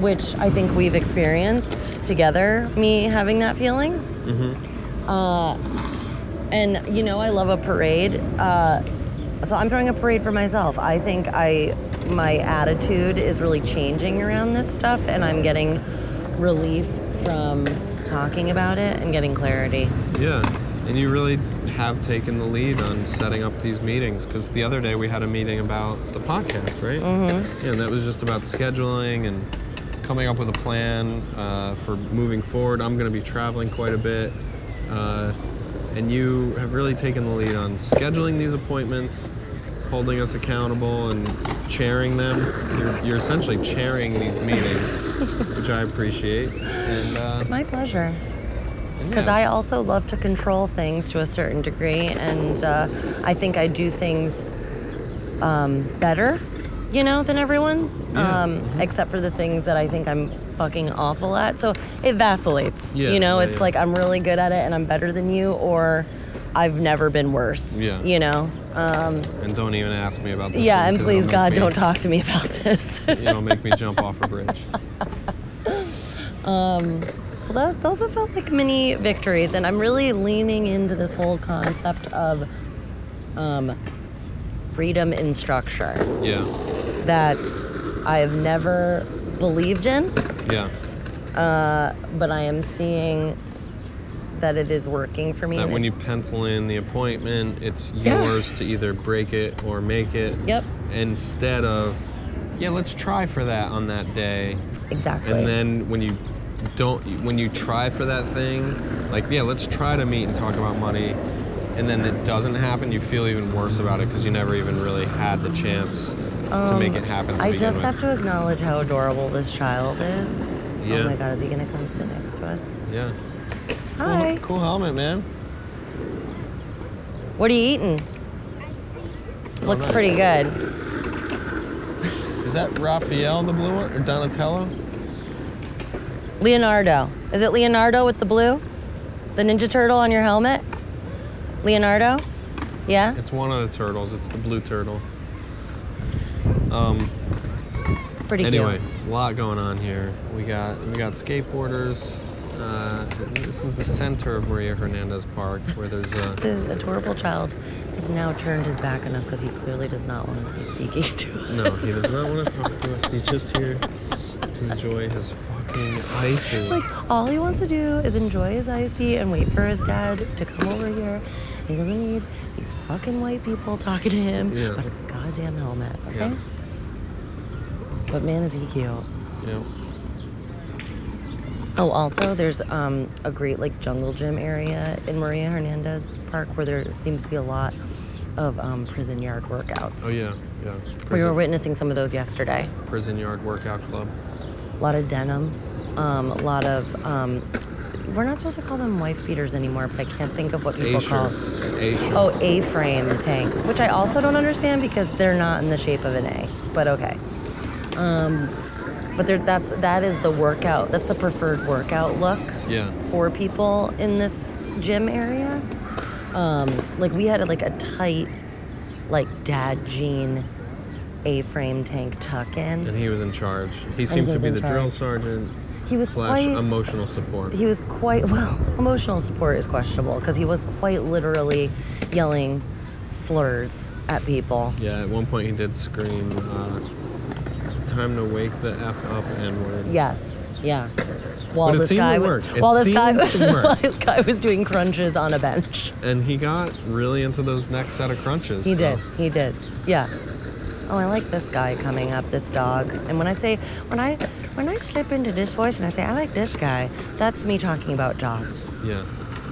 Speaker 1: which I think we've experienced together, me having that feeling. Mm-hmm. Uh, and you know, I love a parade. Uh, so I'm throwing a parade for myself. I think I my attitude is really changing around this stuff, and I'm getting relief from talking about it and getting clarity.
Speaker 2: Yeah. And you really have taken the lead on setting up these meetings because the other day we had a meeting about the podcast, right? Mm-hmm. Yeah, and that was just about scheduling and coming up with a plan uh, for moving forward. I'm going to be traveling quite a bit. Uh, and you have really taken the lead on scheduling these appointments, holding us accountable and chairing them. You're, you're essentially chairing these meetings, which I appreciate. And uh,
Speaker 1: My pleasure.
Speaker 2: and
Speaker 1: Because
Speaker 2: yeah,
Speaker 1: I
Speaker 2: it's-
Speaker 1: also love to control things to a certain degree, and uh, I think I do things um, better, you know, than everyone,
Speaker 2: Yeah. Mm-hmm.
Speaker 1: um, except for the things that I think I'm fucking awful at. So it vacillates,
Speaker 2: Yeah,
Speaker 1: you know,
Speaker 2: yeah,
Speaker 1: it's
Speaker 2: yeah.
Speaker 1: like I'm really good at it and I'm better than you, or I've never been worse,
Speaker 2: Yeah.
Speaker 1: you know. Uh,
Speaker 2: and don't even ask me about this.
Speaker 1: yeah,
Speaker 2: one,
Speaker 1: and
Speaker 2: 'cause it'll
Speaker 1: please
Speaker 2: make
Speaker 1: God,
Speaker 2: me-
Speaker 1: don't talk to me about this.
Speaker 2: It'll make me jump off a bridge.
Speaker 1: So that, those have felt like mini victories, and I'm really leaning into this whole concept of um, freedom in structure
Speaker 2: Yeah,
Speaker 1: that I have never believed in,
Speaker 2: yeah.
Speaker 1: but I am seeing that it is working for me.
Speaker 2: That when you pencil in the appointment, it's
Speaker 1: Yeah.
Speaker 2: yours to either break it or make it.
Speaker 1: Yep.
Speaker 2: Instead of, yeah, let's try for that on that day.
Speaker 1: exactly.
Speaker 2: And then when you don't, when you try for that thing, like, yeah, let's try to meet and talk about money, and then it doesn't happen, you feel even worse about it because you never even really had the chance to make it happen. To
Speaker 1: Um, I
Speaker 2: begin
Speaker 1: just
Speaker 2: with.
Speaker 1: have to acknowledge how adorable this child is.
Speaker 2: Yeah.
Speaker 1: Oh my God, is he gonna come sit next to us?
Speaker 2: Yeah.
Speaker 1: Hi.
Speaker 2: Cool, cool helmet, man.
Speaker 1: What are you eating? Looks
Speaker 2: nice.
Speaker 1: pretty good.
Speaker 2: Is that Raphael, the blue one, or Donatello?
Speaker 1: Leonardo. Is it Leonardo with the blue? The Ninja Turtle on your helmet? Leonardo? Yeah?
Speaker 2: It's one of the turtles. It's the blue turtle.
Speaker 1: Pretty
Speaker 2: anyway,
Speaker 1: cute.
Speaker 2: a lot going on here. We got we got skateboarders. Uh, this is the center of Maria Hernandez Park, where there's a.
Speaker 1: The adorable child has now turned his back on us because he clearly does not want to be speaking to us.
Speaker 2: No, he does not want to talk to us. He's just here to enjoy his fucking icy.
Speaker 1: Like, all he wants to do is enjoy his icy and wait for his dad to come over here. And he doesn't need these fucking white people talking to him
Speaker 2: Yeah.
Speaker 1: about his goddamn helmet, okay?
Speaker 2: Yeah.
Speaker 1: But man, is he cute.
Speaker 2: Yeah.
Speaker 1: Oh, also, there's um, a great like jungle gym area in Maria Hernandez Park where there seems to be a lot of um, prison yard workouts.
Speaker 2: Oh yeah,
Speaker 1: We
Speaker 2: yeah.
Speaker 1: were
Speaker 2: Prison,
Speaker 1: witnessing some of those yesterday.
Speaker 2: prison yard workout club.
Speaker 1: A lot of denim, um, a lot of. Um, we're not supposed to call them wife beaters anymore, but I can't think of what people
Speaker 2: A
Speaker 1: call.
Speaker 2: shirts. A shirts.
Speaker 1: Oh, A-frame tanks, which I also don't understand because they're not in the shape of an A. But okay. Um, but they're, that's that is the workout. That's the preferred workout look.
Speaker 2: Yeah.
Speaker 1: four people in this gym area. Um, like we had like a tight, like dad jean, A-frame tank tuck in.
Speaker 2: And he was in charge. He seemed
Speaker 1: Oh, he
Speaker 2: to
Speaker 1: was
Speaker 2: be
Speaker 1: in
Speaker 2: the drill
Speaker 1: charge.
Speaker 2: sergeant
Speaker 1: He was
Speaker 2: slash
Speaker 1: quite.
Speaker 2: emotional support.
Speaker 1: he was quite well. Emotional support is questionable because he was quite literally yelling slurs at people.
Speaker 2: Yeah, at one point he did scream, uh, "Time to wake the f up, N word."
Speaker 1: Yes. Yeah. While
Speaker 2: But it
Speaker 1: this
Speaker 2: seemed to
Speaker 1: guy wa-
Speaker 2: work. It
Speaker 1: while this guy
Speaker 2: seemed to work.
Speaker 1: while this guy was doing crunches on a bench.
Speaker 2: And he got really into those next set of crunches.
Speaker 1: He
Speaker 2: so-
Speaker 1: did. He did. Yeah. Oh, I like this guy coming up, this dog. And when I say, when I, when I slip into this voice and I say, I like this guy, that's me talking about dogs.
Speaker 2: Yeah.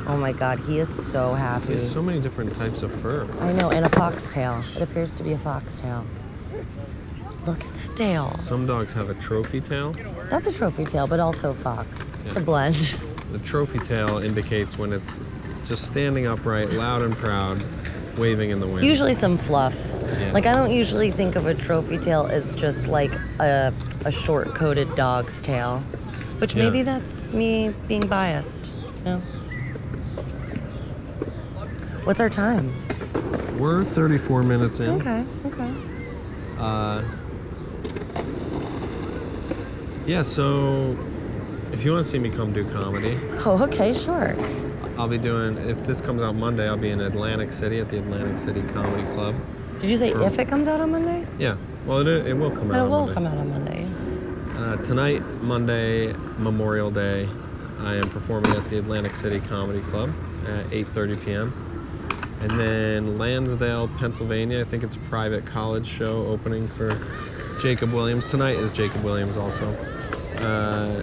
Speaker 1: Oh my God, he is so happy.
Speaker 2: There's so many different types of fur.
Speaker 1: I know, and a foxtail. It appears to be a foxtail. Look at that tail.
Speaker 2: Some dogs have a trophy tail.
Speaker 1: That's a trophy tail, but also fox. It's a
Speaker 2: Yeah.
Speaker 1: blend.
Speaker 2: The trophy tail indicates when it's just standing upright, loud and proud, waving in the wind.
Speaker 1: Usually some fluff.
Speaker 2: Yeah.
Speaker 1: Like I don't usually think of a trophy tail as just like a, a short coated dog's tail, which
Speaker 2: Yeah.
Speaker 1: maybe that's me being biased. You know? What's our time?
Speaker 2: We're 34 minutes in.
Speaker 1: Okay, okay.
Speaker 2: Uh, yeah, so if you want to see me come do comedy,
Speaker 1: Oh, okay, sure.
Speaker 2: I'll be doing, if this comes out Monday, I'll be in Atlantic City at the Atlantic City Comedy Club.
Speaker 1: Did you say
Speaker 2: Sure.
Speaker 1: if it comes out on Monday?
Speaker 2: Yeah, well, it, it will come out.
Speaker 1: But it
Speaker 2: on
Speaker 1: will
Speaker 2: Monday.
Speaker 1: come out on Monday.
Speaker 2: Uh, tonight, Monday, Memorial Day, I am performing at the Atlantic City Comedy Club at 8:30 p.m. And then Lansdale, Pennsylvania. I think it's a private college show opening for Jacob Williams. Tonight is Jacob Williams also. Uh,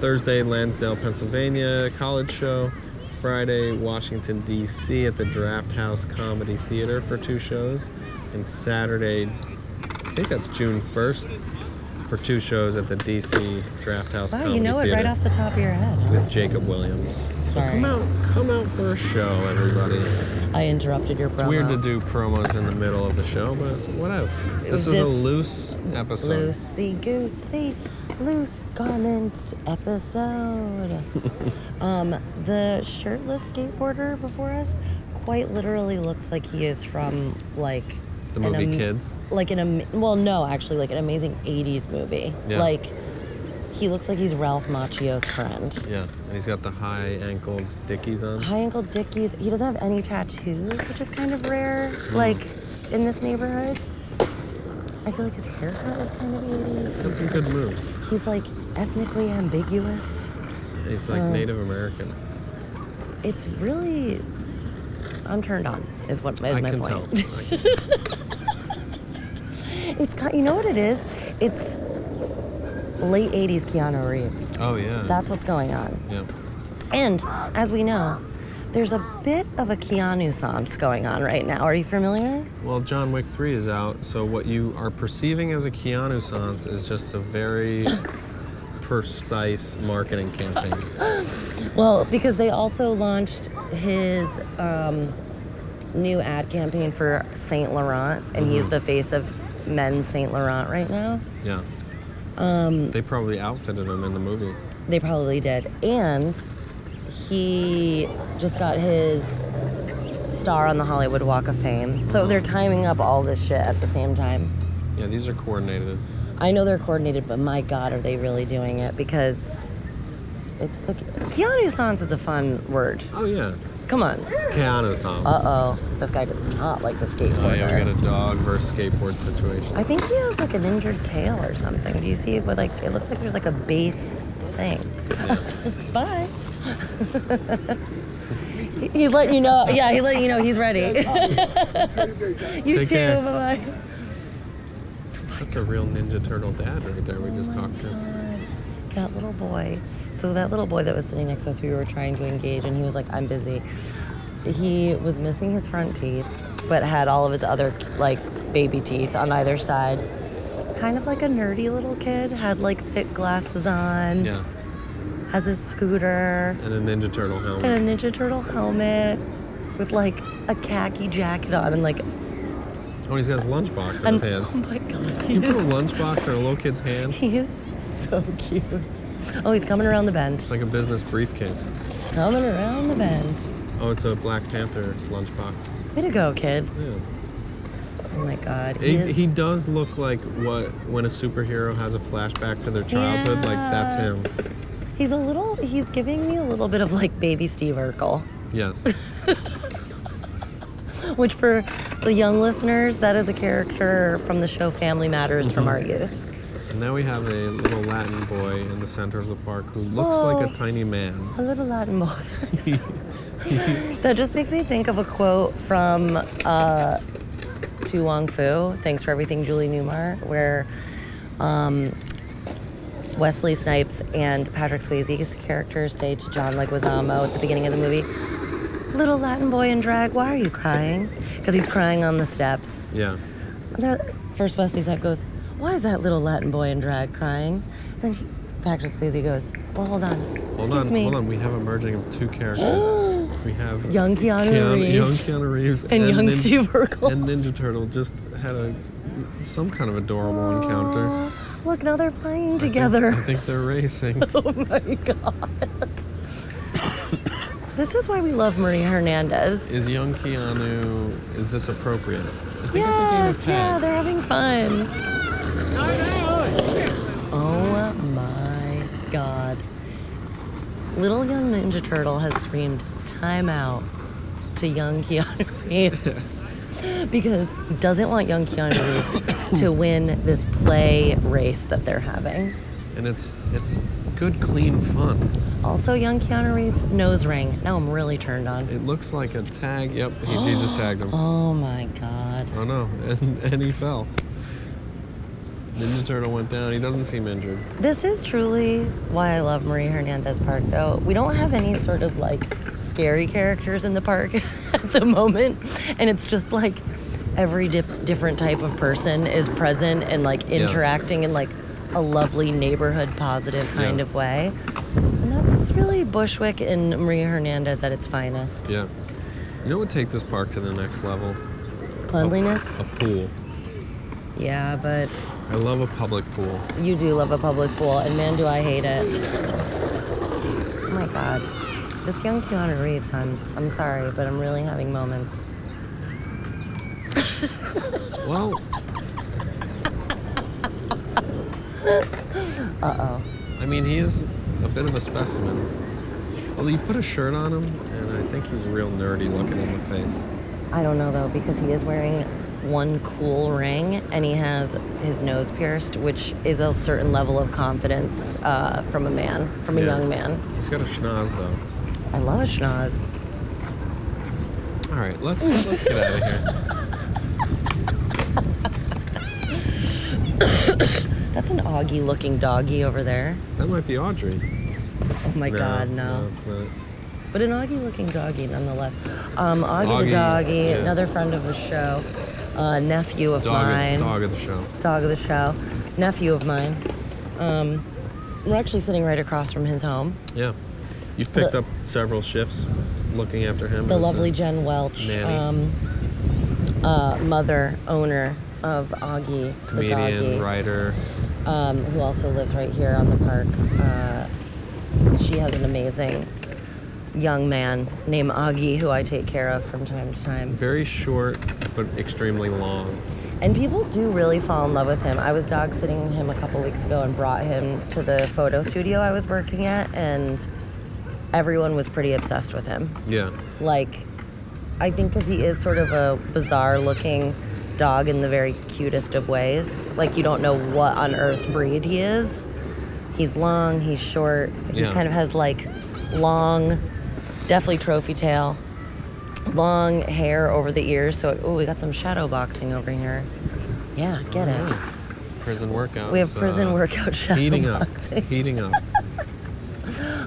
Speaker 2: Thursday, Lansdale, Pennsylvania, college show. Friday, Washington, D.C. at the Draft House Comedy Theater for two shows. and Saturday, I think that's June 1st, for two shows at the DC Draft House.
Speaker 1: Wow,
Speaker 2: Comedy
Speaker 1: you know it right
Speaker 2: Theater
Speaker 1: off the top of your head.
Speaker 2: With Jacob Williams.
Speaker 1: Sorry.
Speaker 2: Come out, come out for a show, everybody. It's
Speaker 1: I interrupted your promo.
Speaker 2: weird to do promos in the middle of the show, but whatever. This is a
Speaker 1: This-
Speaker 2: loose episode.
Speaker 1: Loosey goosey, loose garment episode. um, the shirtless skateboarder before us quite literally looks like he is from like
Speaker 2: The
Speaker 1: an
Speaker 2: movie Kids?
Speaker 1: Like an am- well, no, actually, like an amazing '80s movie.
Speaker 2: Yeah.
Speaker 1: Like he looks like he's Ralph Macchio's friend.
Speaker 2: Yeah, and he's got the high-ankled dickies on.
Speaker 1: High ankle dickies. He doesn't have any tattoos, which is kind of rare.
Speaker 2: Mm.
Speaker 1: Like in this neighborhood, I feel like his haircut is kind of '80s.
Speaker 2: Got some good moves.
Speaker 1: He's like ethnically ambiguous.
Speaker 2: He's
Speaker 1: Oh.
Speaker 2: like Native American.
Speaker 1: It's really, I'm turned on. Is what is
Speaker 2: I
Speaker 1: my
Speaker 2: can
Speaker 1: point.
Speaker 2: tell. I can-
Speaker 1: It's ki- you know what it is. It's late '80s Keanu Reeves.
Speaker 2: oh yeah.
Speaker 1: That's what's going on.
Speaker 2: yeah.
Speaker 1: And as we know, there's a bit of a Keanu sans going on right now. Are you familiar?
Speaker 2: Well, John Wick 3 is out, so what you are perceiving as a Keanu sans is just a very precise marketing campaign.
Speaker 1: Well, because they also launched his um, new ad campaign for Saint Laurent, and
Speaker 2: Mm-hmm.
Speaker 1: he's the face of men's Saint Laurent right now.
Speaker 2: Yeah. Um, they probably outfitted him in the movie.
Speaker 1: They probably did. And he just got his star on the Hollywood Walk of Fame. So they're timing up all this shit at the same time.
Speaker 2: Yeah, these are coordinated.
Speaker 1: I know they're coordinated, but my God, are they really doing it? Because it's the Keanu Sans is a fun word.
Speaker 2: Oh yeah,
Speaker 1: Come on.
Speaker 2: Keanu sans.
Speaker 1: Uh oh, this guy does not like the skateboarder.
Speaker 2: Oh yeah, we got a dog versus skateboard situation.
Speaker 1: I think he has like an injured tail or something. Do you see it? But like, it looks like there's like a base thing. Bye. he's letting you know. Yeah, he's letting you know he's ready. you
Speaker 2: Take
Speaker 1: too.
Speaker 2: care.
Speaker 1: Bye bye.
Speaker 2: That's a real Ninja Turtle dad right there. We just talked to.
Speaker 1: That little boy. So that little boy that was sitting next to us, we were trying to engage, and he was like, "I'm busy." He was missing his front teeth, but had all of his other like baby teeth on either side. Kind of like a nerdy little kid. Had like thick glasses on.
Speaker 2: Yeah,
Speaker 1: has his scooter
Speaker 2: and a Ninja Turtle helmet.
Speaker 1: and a Ninja Turtle helmet with like a khaki jacket on and like
Speaker 2: Oh, he's got his lunchbox in
Speaker 1: an-
Speaker 2: his hands.
Speaker 1: Oh my god,
Speaker 2: You
Speaker 1: he
Speaker 2: put a
Speaker 1: is,
Speaker 2: lunchbox in a little kid's hand.
Speaker 1: he is so cute. Oh, he's coming around the bend.
Speaker 2: It's like a business briefcase.
Speaker 1: Coming around the bend.
Speaker 2: Oh, it's a Black Panther lunchbox.
Speaker 1: Way to go, kid.
Speaker 2: Yeah.
Speaker 1: Oh my god. He,
Speaker 2: He,
Speaker 1: is,
Speaker 2: he does look like what when a superhero has a flashback to their childhood, like that's
Speaker 1: Yeah.
Speaker 2: him.
Speaker 1: he's a little he's giving me a little bit of like baby Steve Urkel.
Speaker 2: Yes.
Speaker 1: Which for the young listeners, that is a character from the show Family Matters
Speaker 2: Mm-hmm.
Speaker 1: from our youth.
Speaker 2: and now we have a little Latin boy in the center of the park who looks like
Speaker 1: Oh.
Speaker 2: a tiny man.
Speaker 1: A little Latin boy. That just makes me think of a quote from uh, Tu Wong Fu, Thanks for Everything, Julie Newmar, where um, Wesley Snipes and Patrick Swayze's characters say to John Leguizamo at the beginning of the movie, Little Latin boy in drag, why are you crying? Because he's crying on the steps.
Speaker 2: yeah.
Speaker 1: And they're- First Wesley Snipe goes, Why is that little Latin boy in drag crying? And he, Patrick Swayze goes, Well, hold on.
Speaker 2: Hold
Speaker 1: Excuse
Speaker 2: on,
Speaker 1: me.
Speaker 2: hold on. We have a merging of two characters. we have
Speaker 1: Young Keanu Reeves
Speaker 2: Young Keanu Reeves
Speaker 1: And young
Speaker 2: Nin-
Speaker 1: Steve Urkel.
Speaker 2: and Ninja Turtle just had a some kind of adorable encounter.
Speaker 1: Aw, Look, now they're playing
Speaker 2: I think-
Speaker 1: together.
Speaker 2: I think they're racing.
Speaker 1: Oh my god. this is why we love Maria Hernandez.
Speaker 2: Is young Keanu, is this appropriate? I think
Speaker 1: Yes, yeah, they're having fun. Oh my god. Little young Ninja Turtle has screamed "Time out" to young Keanu Reeves because he doesn't want young Keanu Reeves to win this play race that they're having.
Speaker 2: And it's it's good, clean fun.
Speaker 1: Also, young Keanu Reeves nose ring. Now I'm really turned on.
Speaker 2: It looks like a tag. Yep, he, he just tagged him.
Speaker 1: Oh my god.
Speaker 2: Oh no, and, and he fell. Ninja Turtle went down. He doesn't seem injured.
Speaker 1: This is truly why I love Marie Hernandez Park, though. We don't have any sort of like scary characters in the park at the moment, and it's just like every dif- different type of person is present and like interacting in like a lovely neighborhood positive kind
Speaker 2: Yeah.
Speaker 1: of way. And that's really Bushwick and Maria Hernandez at its finest.
Speaker 2: Yeah. You know what would take this park to the next level?
Speaker 1: Cleanliness?
Speaker 2: A pool.
Speaker 1: Yeah, but
Speaker 2: I love a public pool.
Speaker 1: you do love a public pool, and man, do I hate it. Oh my god. This young Keanu Reeves, hon. I'm sorry, but I'm really having moments.
Speaker 2: Well. uh oh. I mean, he is a bit of a specimen. Although you put a shirt on him, and I think he's real nerdy looking in the face.
Speaker 1: I don't know though, because he is wearing one cool ring and he has his nose pierced, which is a certain level of confidence uh, from a man, from a
Speaker 2: Yeah.
Speaker 1: young man.
Speaker 2: He's got a schnoz though.
Speaker 1: I love a schnoz.
Speaker 2: All right, let's let's get out of here.
Speaker 1: That's an Augie looking doggy over there.
Speaker 2: That might be Audrey.
Speaker 1: Oh my god, no.
Speaker 2: no it's not.
Speaker 1: But an Augie looking doggy nonetheless. Um, Augie,
Speaker 2: Augie,
Speaker 1: the doggy,
Speaker 2: yeah.
Speaker 1: another friend of the show, uh, nephew of
Speaker 2: Dog,
Speaker 1: mine.
Speaker 2: of, dog of the show.
Speaker 1: dog of the show, nephew of mine. Um, we're actually sitting right across from his home.
Speaker 2: Yeah. You've picked
Speaker 1: The-
Speaker 2: up several shifts looking after him.
Speaker 1: The
Speaker 2: as a-
Speaker 1: lovely Jen Welch,
Speaker 2: nanny.
Speaker 1: um, uh, mother, owner of Augie the doggy,
Speaker 2: comedian, writer.
Speaker 1: um, who also lives right here on the park. Uh, she has an amazing young man named Augie who I take care of from time to time.
Speaker 2: Very short, but extremely long.
Speaker 1: And people do really fall in love with him. I was dog sitting him a couple weeks ago and brought him to the photo studio I was working at, and everyone was pretty obsessed with him.
Speaker 2: Yeah.
Speaker 1: Like, I think because he is sort of a bizarre looking dog in the very cutest of ways. Like, you don't know what on earth breed he is. He's long, he's short, he
Speaker 2: Yeah.
Speaker 1: kind of has like long, definitely trophy tail, long hair over the ears. So, oh, we got some shadow boxing over here. Yeah, get it.
Speaker 2: Prison workouts.
Speaker 1: We have prison
Speaker 2: uh,
Speaker 1: workout shadow
Speaker 2: Heating up.
Speaker 1: boxing.
Speaker 2: Heating up.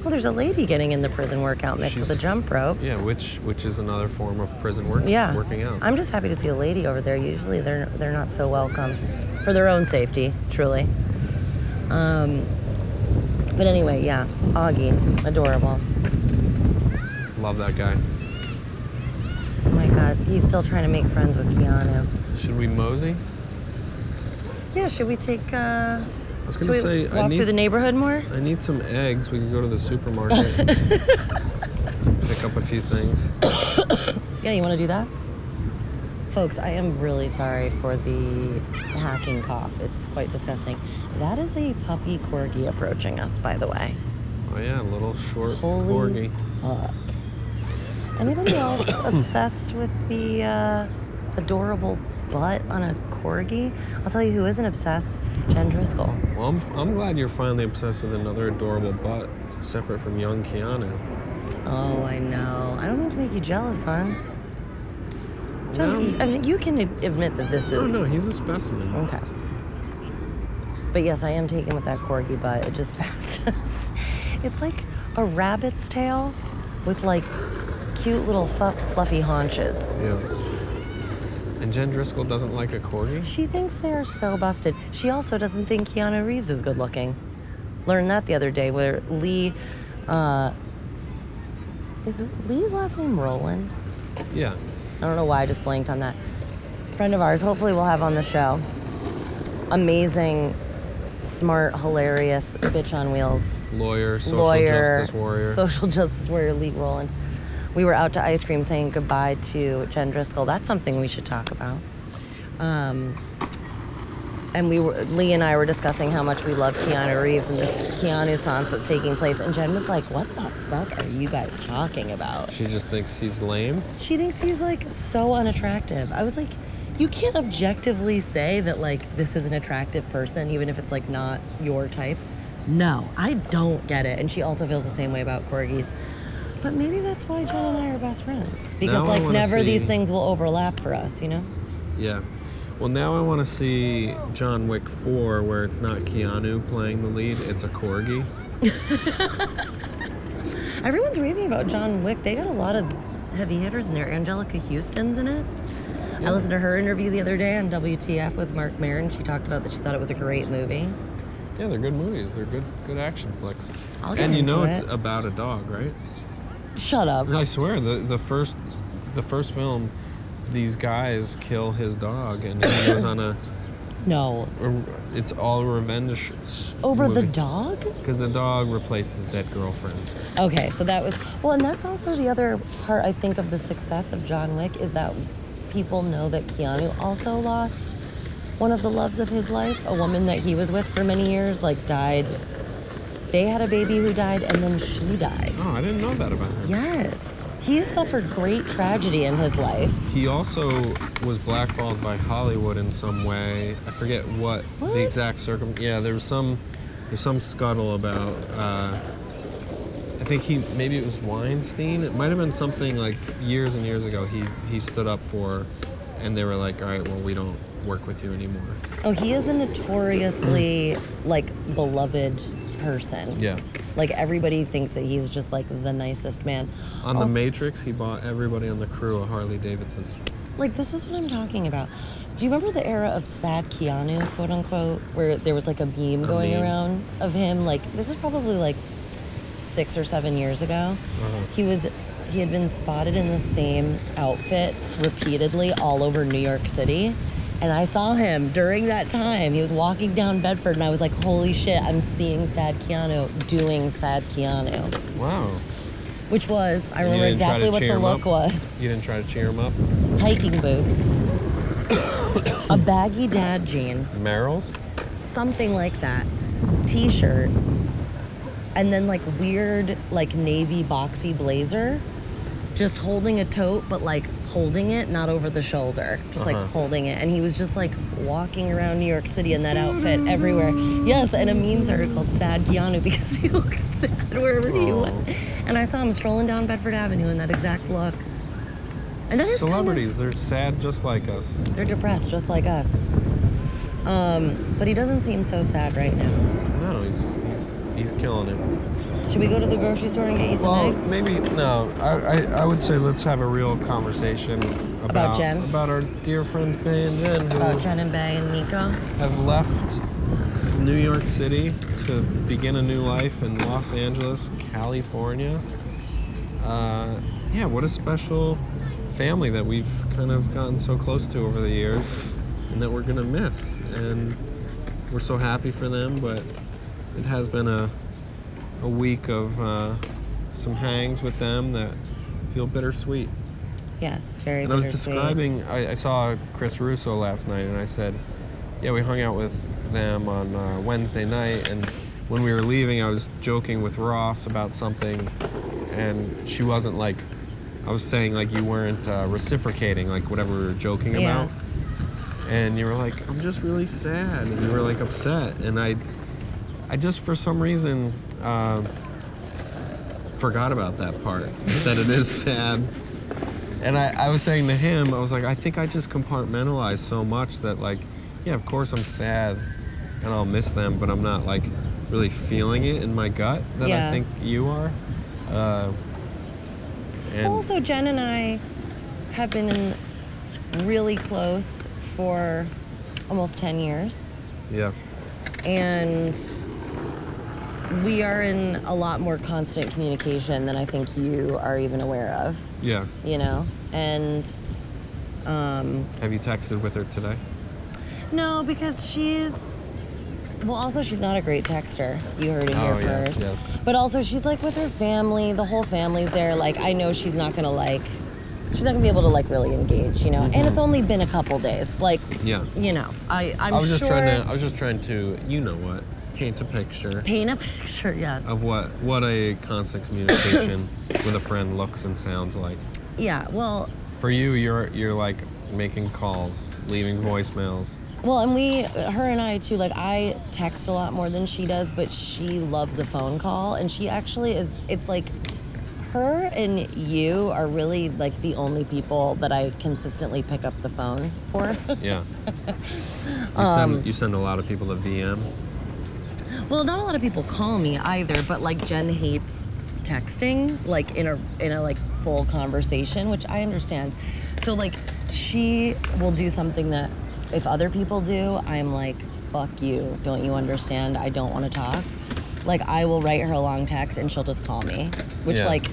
Speaker 1: Oh, there's a lady getting in the prison workout mix with a
Speaker 2: She's-
Speaker 1: jump rope.
Speaker 2: Yeah, which which is another form of prison work,
Speaker 1: Yeah.
Speaker 2: working out.
Speaker 1: I'm just happy to see a lady over there. Usually they're they're not so welcome for their own safety, truly. Um, but anyway, yeah, Augie, adorable.
Speaker 2: Love that guy.
Speaker 1: Oh my God, he's still trying to make friends with Keanu.
Speaker 2: Should we mosey?
Speaker 1: Yeah, should we take? Uh,
Speaker 2: I was
Speaker 1: should
Speaker 2: gonna
Speaker 1: we
Speaker 2: say
Speaker 1: walk
Speaker 2: I need
Speaker 1: through the neighborhood more?
Speaker 2: I need some eggs. We can go to the supermarket. and pick up a few things. Oh,
Speaker 1: Yeah, you want to do that? Folks, I am really sorry for the hacking cough. It's quite disgusting. That is a puppy corgi approaching us, by the way.
Speaker 2: Oh yeah, a little short
Speaker 1: Holy
Speaker 2: corgi.
Speaker 1: fuck. Anybody else obsessed with the uh, adorable butt on a corgi? I'll tell you who isn't obsessed Jen Driscoll.
Speaker 2: Well, I'm, I'm glad you're finally obsessed with another adorable butt, separate from young Keanu.
Speaker 1: Oh, I know. I don't mean to make you jealous, hon. Jen,
Speaker 2: No.
Speaker 1: I mean, you can ad- admit that this
Speaker 2: Oh
Speaker 1: is.
Speaker 2: no, he's a specimen.
Speaker 1: Okay. But yes, I am taken with that corgi butt. It just passed us. It's like a rabbit's tail with like cute little fluff, fluffy haunches.
Speaker 2: Yeah. And Jen Driscoll doesn't like a corgi.
Speaker 1: She thinks they are so busted. She also doesn't think Keanu Reeves is good looking. Learned that the other day where Lee, uh, is Lee's last name Roland?
Speaker 2: Yeah.
Speaker 1: I don't know why I just blanked on that. Friend of ours, hopefully we'll have on the show. Amazing, smart, hilarious bitch on wheels
Speaker 2: Lawyer, social
Speaker 1: lawyer,
Speaker 2: justice warrior.
Speaker 1: social justice warrior Lee Roland. We were out to ice cream saying goodbye to Jen Driscoll. That's something we should talk about. Um, and we were Lee and I were discussing how much we love Keanu Reeves and this Keanu sans that's taking place. And Jen was like, "What the fuck are you guys talking about?"
Speaker 2: she just thinks he's lame.
Speaker 1: She thinks he's like so unattractive. I was like, "You can't objectively say that like this is an attractive person, even if it's like not your type." No, I don't get it. And she also feels the same way about corgis. But maybe that's why John and I are best friends because
Speaker 2: Now I
Speaker 1: like
Speaker 2: wanna
Speaker 1: never these
Speaker 2: see-
Speaker 1: things will overlap for us, you know?
Speaker 2: Yeah. Well, now I want to see John Wick 4, where it's not Keanu playing the lead, it's a corgi.
Speaker 1: Everyone's raving about John Wick. They got a lot of heavy hitters in there. Angelica Houston's in it. I listened to her interview the other day on WTF with Mark Maron. She talked about that she thought it was a great movie.
Speaker 2: Yeah, they're good movies. They're good, good action flicks.
Speaker 1: I'll get
Speaker 2: and you
Speaker 1: into
Speaker 2: know it's
Speaker 1: it.
Speaker 2: about a dog, right?
Speaker 1: Shut up.
Speaker 2: I swear, the the first, the first film, these guys kill his dog, and he goes on a,
Speaker 1: No.
Speaker 2: a- it's all revenge. s-
Speaker 1: Over the
Speaker 2: movie.
Speaker 1: dog?
Speaker 2: Because the dog replaced his dead girlfriend.
Speaker 1: Okay, so that was well, and that's also the other part I think of the success of John Wick is that people know that Keanu also lost one of the loves of his life, a woman that he was with for many years, like died. They had a baby who died, and then she died.
Speaker 2: Oh, I didn't know that about him.
Speaker 1: Yes, he has suffered great tragedy in his life.
Speaker 2: He also was blackballed by Hollywood in some way. I forget what,
Speaker 1: What?
Speaker 2: the exact circum. Yeah, there was some, there's some scuttle about. Uh, I think he maybe it was Weinstein. It might have been something like years and years ago. He he stood up for, and they were like, all right, well, we don't work with you anymore.
Speaker 1: Oh, he is a notoriously like beloved person.
Speaker 2: Yeah.
Speaker 1: Like everybody thinks that he's just like the nicest man.
Speaker 2: On the
Speaker 1: Also-
Speaker 2: Matrix, he bought everybody on the crew a Harley Davidson.
Speaker 1: Like this is what I'm talking about. Do you remember the era of sad Keanu, quote unquote, where there was like a meme going
Speaker 2: meme.
Speaker 1: around of him? Like this is probably like six or seven years ago.
Speaker 2: Uh-huh.
Speaker 1: He was he had been spotted in the same outfit repeatedly all over New York City. And I saw him during that time. He was walking down Bedford and I was like, holy shit, I'm seeing sad Keanu doing sad Keanu.
Speaker 2: Wow.
Speaker 1: Which was I
Speaker 2: And you
Speaker 1: remember
Speaker 2: didn't try to
Speaker 1: exactly what
Speaker 2: cheer
Speaker 1: the
Speaker 2: him
Speaker 1: look
Speaker 2: up?
Speaker 1: was
Speaker 2: You didn't try to cheer him up.
Speaker 1: hiking boots, a baggy dad jean,
Speaker 2: Merrill's.
Speaker 1: something like that, t shirt, and then like weird, like navy boxy blazer, just holding a tote, but like holding it, not over the shoulder, just like holding it. And he was just like walking around New York City in that outfit everywhere. Yes, and a meme article called Sad Keanu because he looks sad wherever he
Speaker 2: Aw.
Speaker 1: went. And I saw him strolling down Bedford Avenue in that exact look. And that is kind of-
Speaker 2: Celebrities, they're sad just like us.
Speaker 1: they're depressed just like us. Um, but he doesn't seem so sad right now.
Speaker 2: No, he's he's he's killing it.
Speaker 1: Should we go to the grocery store and get you some
Speaker 2: Well,
Speaker 1: eggs?
Speaker 2: maybe no. I, I, I would say let's have a real conversation about
Speaker 1: Jen?
Speaker 2: about our dear friends Bay and Jen who
Speaker 1: About Jen and Bay and Nico.
Speaker 2: have left New York City to begin a new life in Los Angeles, California. Uh, yeah, what a special family that we've kind of gotten so close to over the years, and that we're gonna miss. And we're so happy for them, but it has been a a week of uh, some hangs with them that feel bittersweet.
Speaker 1: Yes, very
Speaker 2: And I was
Speaker 1: bittersweet.
Speaker 2: describing, I, I saw Chris Russo last night, and I said, Yeah, we hung out with them on uh, Wednesday night. And when we were leaving, I was joking with Ross about something, and she wasn't like, I was saying, like, you weren't uh, reciprocating, like, whatever we were joking
Speaker 1: Yeah.
Speaker 2: about. And you were like, I'm just really sad. And you were like upset. And I, I just, for some reason, uh, forgot about that part, that it is sad. And I, I was saying to him, I was like, I think I just compartmentalized so much that, like, yeah, of course I'm sad and I'll miss them, but I'm not, like, really feeling it in my gut that I
Speaker 1: Yeah.
Speaker 2: think you are. Uh, and
Speaker 1: Also, Jen and I have been really close for almost 10 years.
Speaker 2: yeah,
Speaker 1: and we are in a lot more constant communication than I think you are even aware of,
Speaker 2: yeah.
Speaker 1: you know? And um,
Speaker 2: Have you texted with her today?
Speaker 1: no, because she's. Well, also, she's not a great texter. You heard it here
Speaker 2: Oh, yes,
Speaker 1: first.
Speaker 2: yes.
Speaker 1: But also, she's like with her family, the whole family's there. Like, I know she's not gonna like. She's not gonna be able to like really engage, you know? And it's only been a couple days. Like,
Speaker 2: Mm-hmm. Yeah.
Speaker 1: you know, I, I'm
Speaker 2: i was
Speaker 1: sure.
Speaker 2: just trying to, I was just trying to, you know what, paint a picture
Speaker 1: paint a picture, yes.
Speaker 2: of what what a constant communication with a friend looks and sounds like.
Speaker 1: Yeah, well,
Speaker 2: For you, you're you're like making calls, leaving voicemails.
Speaker 1: Well, and we, her and I too, like I text a lot more than she does, but she loves a phone call. And she actually is, it's like her and you are really like the only people that I consistently pick up the phone for.
Speaker 2: Yeah. You,
Speaker 1: Um,
Speaker 2: send, you send a lot of people to VM.
Speaker 1: well, not a lot of people call me either, but like Jen hates texting, like in a, in a like full conversation, which I understand. So like she will do something that if other people do, I'm like, fuck you. Don't you understand? I don't want to talk. Like I will write her a long text and she'll just call me. Which
Speaker 2: Yeah.
Speaker 1: like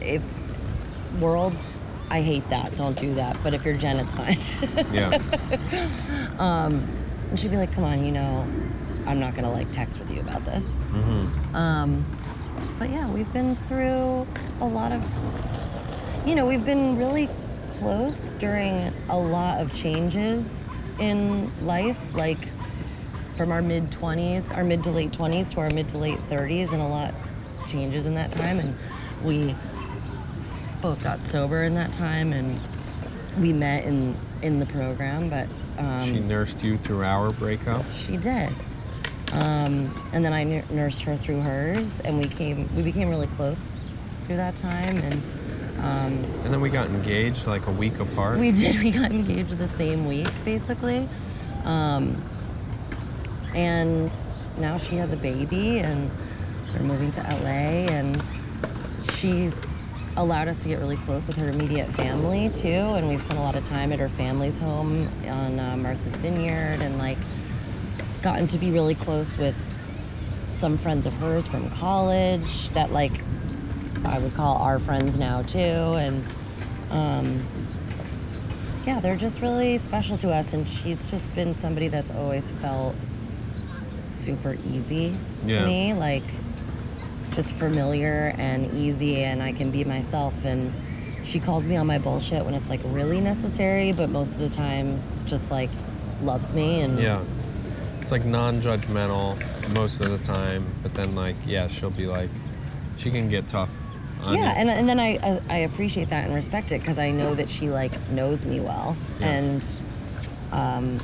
Speaker 1: if world, I hate that. Don't do that. But if you're Jen, it's fine.
Speaker 2: Yeah.
Speaker 1: and she'd be like, come on, you know, I'm not gonna like text with you about this. Um, but yeah, we've been through a lot of, you know, we've been really close during a lot of changes in life, like from our mid 20s, our mid to late 20s to our mid to late 30s, and a lot changes in that time. And we both got sober in that time, and we met in in the program, but. Um,
Speaker 2: she nursed you through our breakup.
Speaker 1: she did. Um, and then I nu- nursed her through hers, and we came we became really close through that time. And
Speaker 2: And then we got engaged like a week apart.
Speaker 1: we did we got engaged the same week, basically. Um, and now she has a baby, and they're moving to LA, and she's allowed us to get really close with her immediate family too. And we've spent a lot of time at her family's home on uh, Martha's Vineyard, and like gotten to be really close with some friends of hers from college that like I would call our friends now too and um yeah, they're just really special to us and she's just been somebody that's always felt super easy to
Speaker 2: Yeah.
Speaker 1: me, like just familiar and easy and I can be myself and she calls me on my bullshit when it's like really necessary, but most of the time just like loves me and
Speaker 2: yeah. It's like non-judgmental most of the time, but then like yeah, she'll be like, she can get tough. on you.
Speaker 1: yeah and, and then I, uh, I i appreciate that and respect it because i know that she like knows me well
Speaker 2: Yeah.
Speaker 1: and um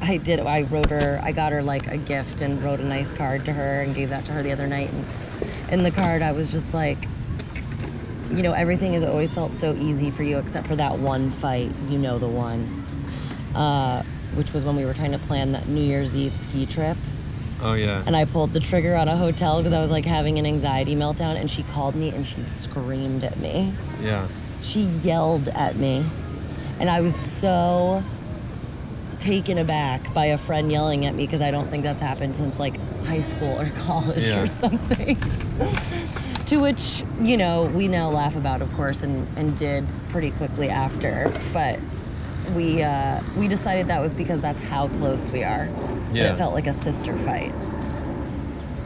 Speaker 1: i did i wrote her i got her like a gift and wrote a nice card to her and gave that to her the other night and in the card i was just like you know everything has always felt so easy for you except for that one fight you know the one uh, which was when we were trying to plan that new year's eve ski trip
Speaker 2: Oh yeah.
Speaker 1: and I pulled the trigger on a hotel because I was like having an anxiety meltdown. And she called me and she screamed at me.
Speaker 2: yeah.
Speaker 1: She yelled at me. And I was so taken aback by a friend yelling at me because I don't think that's happened since like high school or college
Speaker 2: Yeah.
Speaker 1: or something. to which, you know, we now laugh about, of course, and, and did pretty quickly after. But we uh, we decided that was because that's how close we are. And
Speaker 2: Yeah.
Speaker 1: it felt like a sister fight.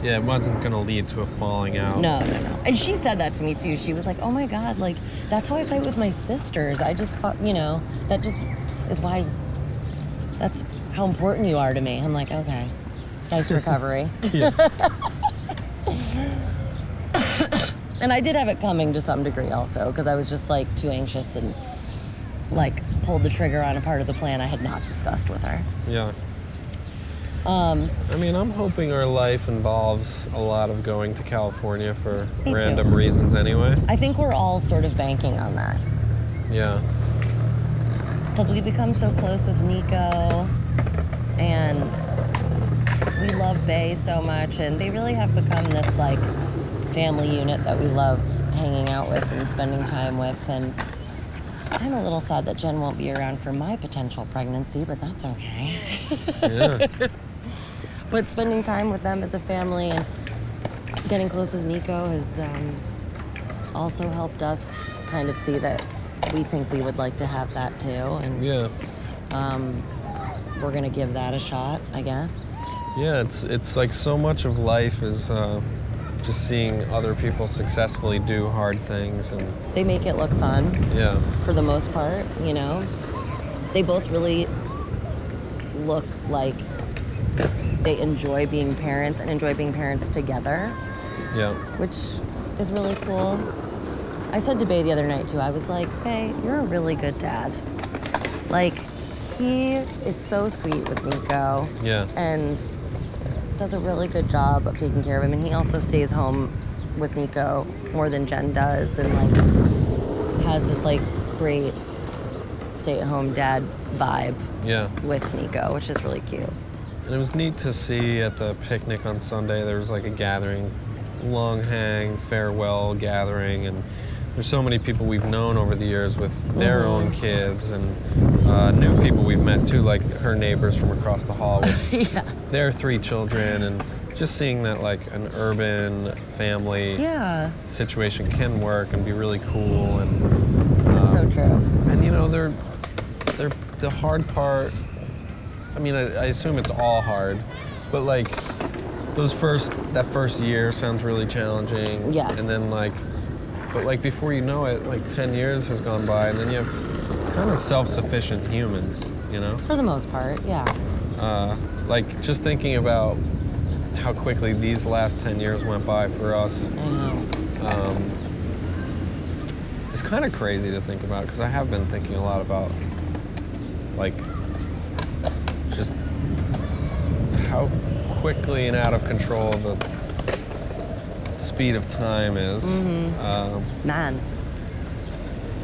Speaker 2: Yeah, it wasn't gonna lead to a falling out.
Speaker 1: No, no, no. And she said that to me too. She was like, "Oh my god, like that's how I fight with my sisters. I just, fu- you know, that just is why. That's how important you are to me." I'm like, okay, nice recovery.
Speaker 2: Yeah.
Speaker 1: and I did have it coming to some degree also because I was just like too anxious and like pulled the trigger on a part of the plan I had not discussed with her.
Speaker 2: Yeah.
Speaker 1: Um,
Speaker 2: I mean, I'm hoping our life involves a lot of going to California for
Speaker 1: Me too.
Speaker 2: random reasons anyway.
Speaker 1: I think we're all sort of banking on that
Speaker 2: Yeah.
Speaker 1: because we've become so close with Nico, and we love Bay so much, and they really have become this like family unit that we love hanging out with and spending time with. And I'm a little sad that Jen won't be around for my potential pregnancy, but that's okay.
Speaker 2: Yeah.
Speaker 1: But spending time with them as a family and getting close with Nico has um, also helped us kind of see that we think we would like to have that too, and
Speaker 2: yeah.
Speaker 1: we're gonna give that a shot, I guess.
Speaker 2: Yeah, it's it's like so much of life is uh, just seeing other people successfully do hard things and
Speaker 1: They make it look fun
Speaker 2: yeah.
Speaker 1: for the most part, you know. They both really look like they enjoy being parents and enjoy being parents together,
Speaker 2: Yeah.
Speaker 1: which is really cool. I said to Bay the other night too, I was like, Bay, you're a really good dad. Like, he is so sweet with Nico.
Speaker 2: Yeah.
Speaker 1: and does a really good job of taking care of him. And he also stays home with Nico more than Jen does, and like has this like great stay-at-home dad vibe
Speaker 2: Yeah.
Speaker 1: with Nico, which is really cute.
Speaker 2: And it was neat to see at the picnic on Sunday. There was like a gathering, long hang, farewell gathering, and there's so many people we've known over the years with their own kids and uh, new people we've met too, like her neighbors from across the hall with
Speaker 1: yeah.
Speaker 2: their three children, and just seeing that like an urban family
Speaker 1: Yeah.
Speaker 2: situation can work and be really cool and.
Speaker 1: That's so true.
Speaker 2: And you know, they're they're the hard part. I mean, I, I assume it's all hard, but like those first that first year sounds really challenging.
Speaker 1: Yes.
Speaker 2: And then like, but like before you know it, like ten years has gone by, and then you have kind of self-sufficient humans. You know,
Speaker 1: For the most part, yeah.
Speaker 2: uh, like just thinking about how quickly these last ten years went by for us
Speaker 1: I know.
Speaker 2: um, it's kind of crazy to think about because I have been thinking a lot about like just how quickly and out of control the speed of time is. Um,
Speaker 1: Man.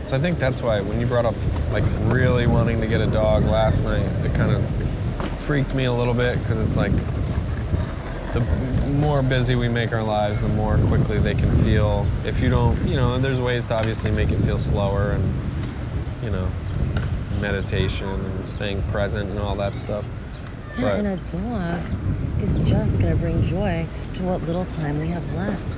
Speaker 2: so I think that's why when you brought up like really wanting to get a dog last night, it kind of freaked me a little bit because it's like the more busy we make our lives, the more quickly they can feel. If you don't, you know, and there's ways to obviously make it feel slower and you know, meditation and staying present and all that stuff.
Speaker 1: Yeah, and a dog is just gonna bring joy to what little time we have left.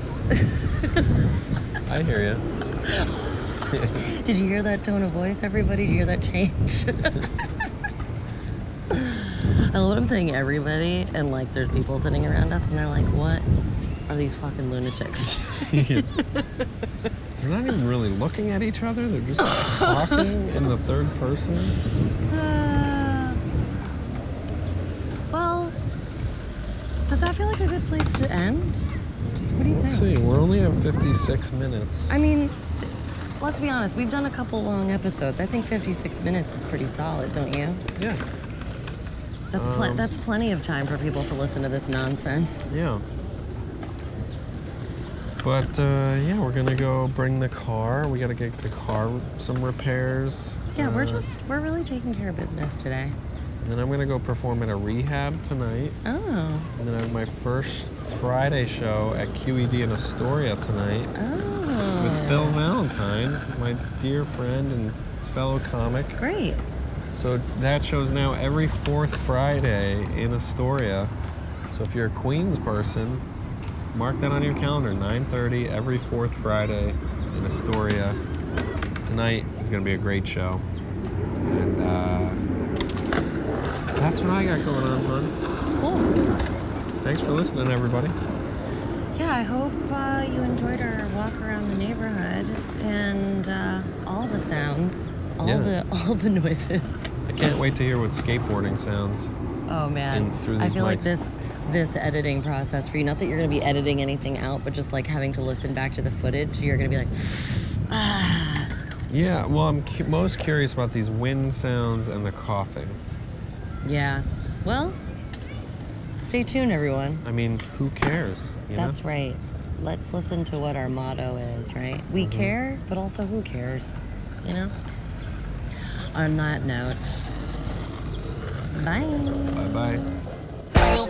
Speaker 2: I hear you.
Speaker 1: Did you hear that tone of voice, everybody? Did you hear that change? I love what I'm saying, everybody, and like there's people sitting around us and they're like, what are these fucking lunatics?
Speaker 2: They're not even really looking at each other. They're just like, talking in the third person.
Speaker 1: Uh, well, does that feel like a good place to end? What do you
Speaker 2: Let's
Speaker 1: think?
Speaker 2: see. We're only at 56 minutes.
Speaker 1: I mean, let's be honest. We've done a couple long episodes. I think 56 minutes is pretty solid, don't you?
Speaker 2: Yeah.
Speaker 1: That's pl- that's plenty of time for people to listen to this nonsense.
Speaker 2: Yeah. But uh, yeah, we're gonna go bring the car. We gotta get the car some repairs.
Speaker 1: Yeah, we're
Speaker 2: Uh,
Speaker 1: just we're really taking care of business today.
Speaker 2: And then I'm gonna go perform at a rehab tonight.
Speaker 1: Oh,
Speaker 2: And then I have my first Friday show at QED in Astoria tonight
Speaker 1: oh,
Speaker 2: with Phil Valentine, my dear friend and fellow comic.
Speaker 1: great.
Speaker 2: So that show's now every fourth Friday in Astoria. So if you're a Queens person, mark that on your calendar. 9:30 every fourth Friday in Astoria. Tonight is going to be a great show. And uh, that's what I got going on, hon.
Speaker 1: Cool.
Speaker 2: Thanks for listening, everybody.
Speaker 1: Yeah, I hope uh, you enjoyed our walk around the neighborhood and uh, all the sounds, all
Speaker 2: Yeah.
Speaker 1: the all the noises.
Speaker 2: I can't wait to hear what skateboarding sounds.
Speaker 1: Oh man,
Speaker 2: in through
Speaker 1: I
Speaker 2: these
Speaker 1: feel like
Speaker 2: mics.
Speaker 1: this this editing process for you. Not that you're going to be editing anything out, but just like having to listen back to the footage, you're going to be like, ah,
Speaker 2: Yeah, well, I'm cu- most curious about these wind sounds and the coughing.
Speaker 1: yeah. Well, stay tuned, everyone.
Speaker 2: I mean, who cares? You know?
Speaker 1: That's right. Let's listen to what our motto is, right?
Speaker 2: Mm-hmm.
Speaker 1: We care, but also who cares? You know. On that note, bye.
Speaker 2: Bye bye.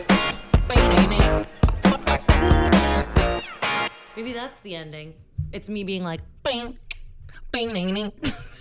Speaker 1: Maybe that's the ending. It's me being like, bing, bing, ding, ding.